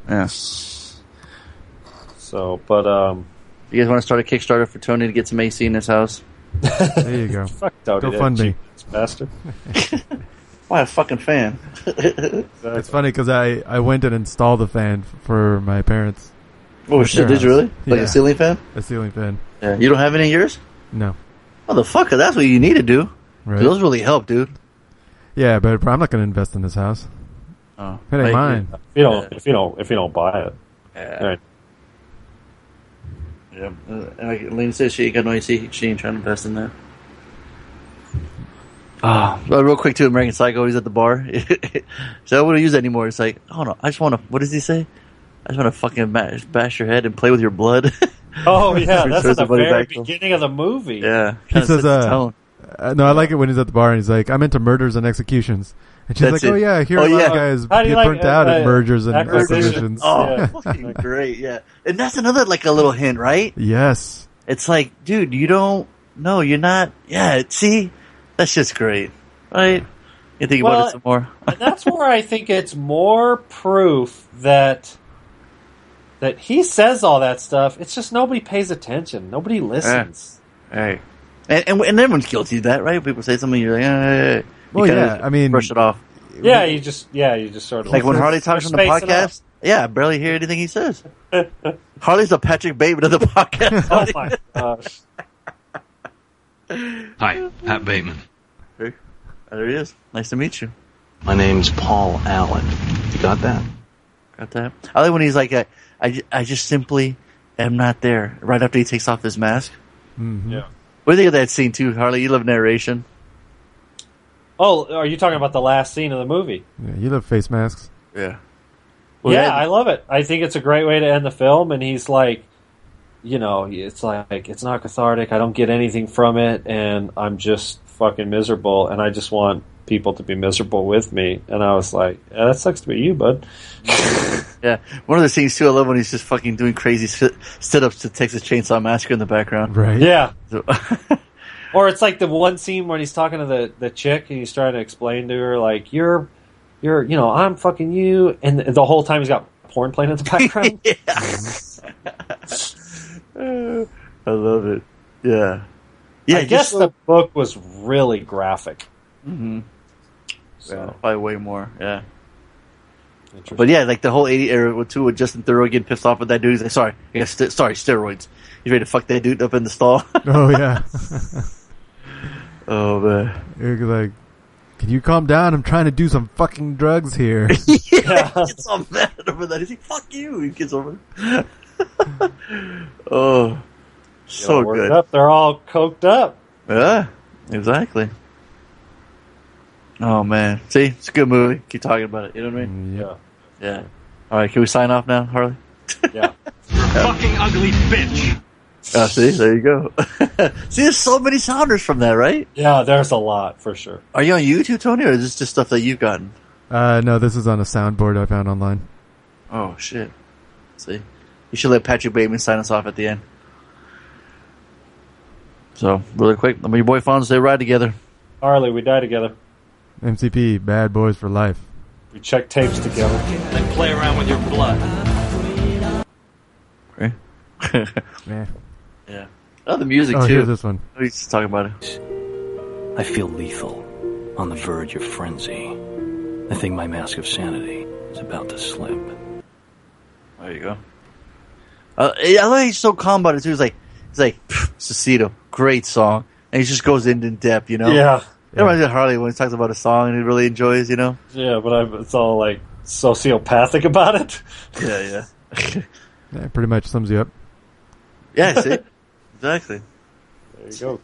E: Yeah.
D: So, but um,
E: You guys want to start a Kickstarter for Tony to get some AC in his house?
C: There you go.
D: fuck Dodie,
C: Go
D: that
C: fund me.
D: cheap bastard.
E: Why a fucking fan?
C: It's funny because I, I went and installed a fan f- for my parents,
E: Oh shit!
C: your
E: Did you
C: house.
E: really? Like
C: Yeah.
E: a ceiling fan?
C: a ceiling fan.
E: Yeah. You don't have any in yours?
C: No,
E: Motherfucker, that's what you need to do. 'Cause
C: right?
E: Those really help, dude.
C: yeah, but I'm not going to invest in this house.
E: Oh,
C: It ain't mine.
D: If you don't, if you don't, if you don't buy it,
E: Yeah.
D: Alright.
E: Yeah. Uh, And like Lena says, she ain't got no AC. She ain't trying to invest in that. Ah, but real quick too, American Psycho. He's at the bar. so I wouldn't use that anymore. It's like, oh no, I just want to. What does he say? I just want to fucking bash, bash your head and play with your blood.
D: Oh yeah, that's
E: Returns
D: at the
E: the Buddy
D: very
E: Backfield.
D: beginning of the movie.
E: yeah,
C: He says, uh,
E: tone.
C: Uh, no, I like it when he's at the bar and he's like, "I'm into murders and executions," and she's
E: That's
C: like, "Oh
E: it.
C: yeah, I hear
E: Oh,
C: a lot
E: yeah.
C: of guys
D: How do you
C: get
D: like,
C: burnt out
D: uh,
C: at mergers and
D: acquisitions?
C: acquisitions."
E: Oh,
D: Yeah.
E: fucking great! Yeah, and that's another like a little hint, right?
C: Yes,
E: It's like, dude, you don't. No, you're not. Yeah, see, that's just great, right? You think
D: Well,
E: about it some more.
D: and that's where I think it's more proof that that he says all that stuff. It's just nobody pays attention. Nobody listens.
E: Hey. And, and and everyone's guilty of that, right? People say something, you're like, eh, you
C: Well,
E: kinda
C: yeah, I mean-
E: brush it off.
D: Yeah, you just yeah, you just sort of
E: Like when
D: listen.
E: Harley talks on the
D: They're spacing
E: podcast, yeah, I barely hear anything he says. Harley's the Patrick Bateman of the podcast.
D: out. Oh my gosh!
J: Hi, Pat Bateman.
E: there he is. Nice to meet you.
G: My name's Paul Allen. You got that?
E: Got that? I like when he's like, I, I, ju- I just simply am not there. Right after he takes off his mask.
D: Yeah.
E: What do you think of that scene too, Harley? You love narration.
D: Oh, are you talking about the last scene of the movie?
C: yeah, you love face masks.
E: Yeah.
D: yeah,
E: that-
D: I love it. I think it's a great way to end the film. And he's like, you know, it's like it's not cathartic. I don't get anything from it, and I'm just fucking miserable. And I just want people to be miserable with me. And I was like, yeah, that sucks to be you, bud.
E: Yeah. One of the scenes too, I love when he's just fucking doing crazy sit- sit-ups to Texas Chainsaw Massacre in the background.
C: Right?
D: Yeah.
E: So-
D: Or it's like the one scene when he's talking to the the chick and he's trying to explain to her like you're you're you know I'm fucking you, and the whole time he's got porn playing in the background.
E: I love it. Yeah. Yeah,
D: I guess the book was really graphic.
E: hmm
D: So,
E: probably way more. Yeah.
D: interesting.
E: But yeah, like the whole 80 era too with Justin Thoreau getting pissed off at that dude. He's like, sorry, yeah, st- sorry, steroids. He's ready to fuck that dude up in the stall.
C: Oh yeah.
E: oh, man.
C: You're like, can you calm down? I'm trying to do some fucking drugs here.
E: he gets all mad over that. He's like, fuck you. He gets over Oh,
D: They
E: so
D: all worked
E: good.
D: Up. They're all coked up.
E: Yeah, exactly. Oh, man. See, it's a good movie. Keep talking about it. You know what I mean?
D: Yeah,
E: Yeah. All right, can we sign off now, Harley?
D: yeah.
E: Oh, see, there you go. see, there's so many sounders from that, right?
D: Yeah, there's a lot for sure.
E: Are you on YouTube, Tony, or is this just stuff that you've gotten?
C: Uh, no, this is on a soundboard I found online.
E: Oh shit! See, you should let Patrick Bateman sign us off at the end. So really quick, I mean, your boy Fonz, they ride together.
D: Harley, we die together.
C: MCP, bad boys for life.
D: We check tapes together.
E: Okay.
C: Yeah.
E: yeah. Oh, the music
C: Oh,
E: too.
C: here's this one.
E: He's just talking about it.
J: I feel lethal, on the verge of frenzy. I think my mask of sanity is about to slip.
E: There you go. Uh, I I like he's so calm about it too. He's like, he's like, Cecito, great song, and he just goes in in depth, you know.
D: Yeah,
E: It reminds me of Harley when he talks about a song and he really enjoys, you know.
D: yeah, but I'm, it's all like sociopathic about it.
E: Yeah, yeah.
C: That pretty much sums you up.
E: yeah, see? exactly.
D: There you go.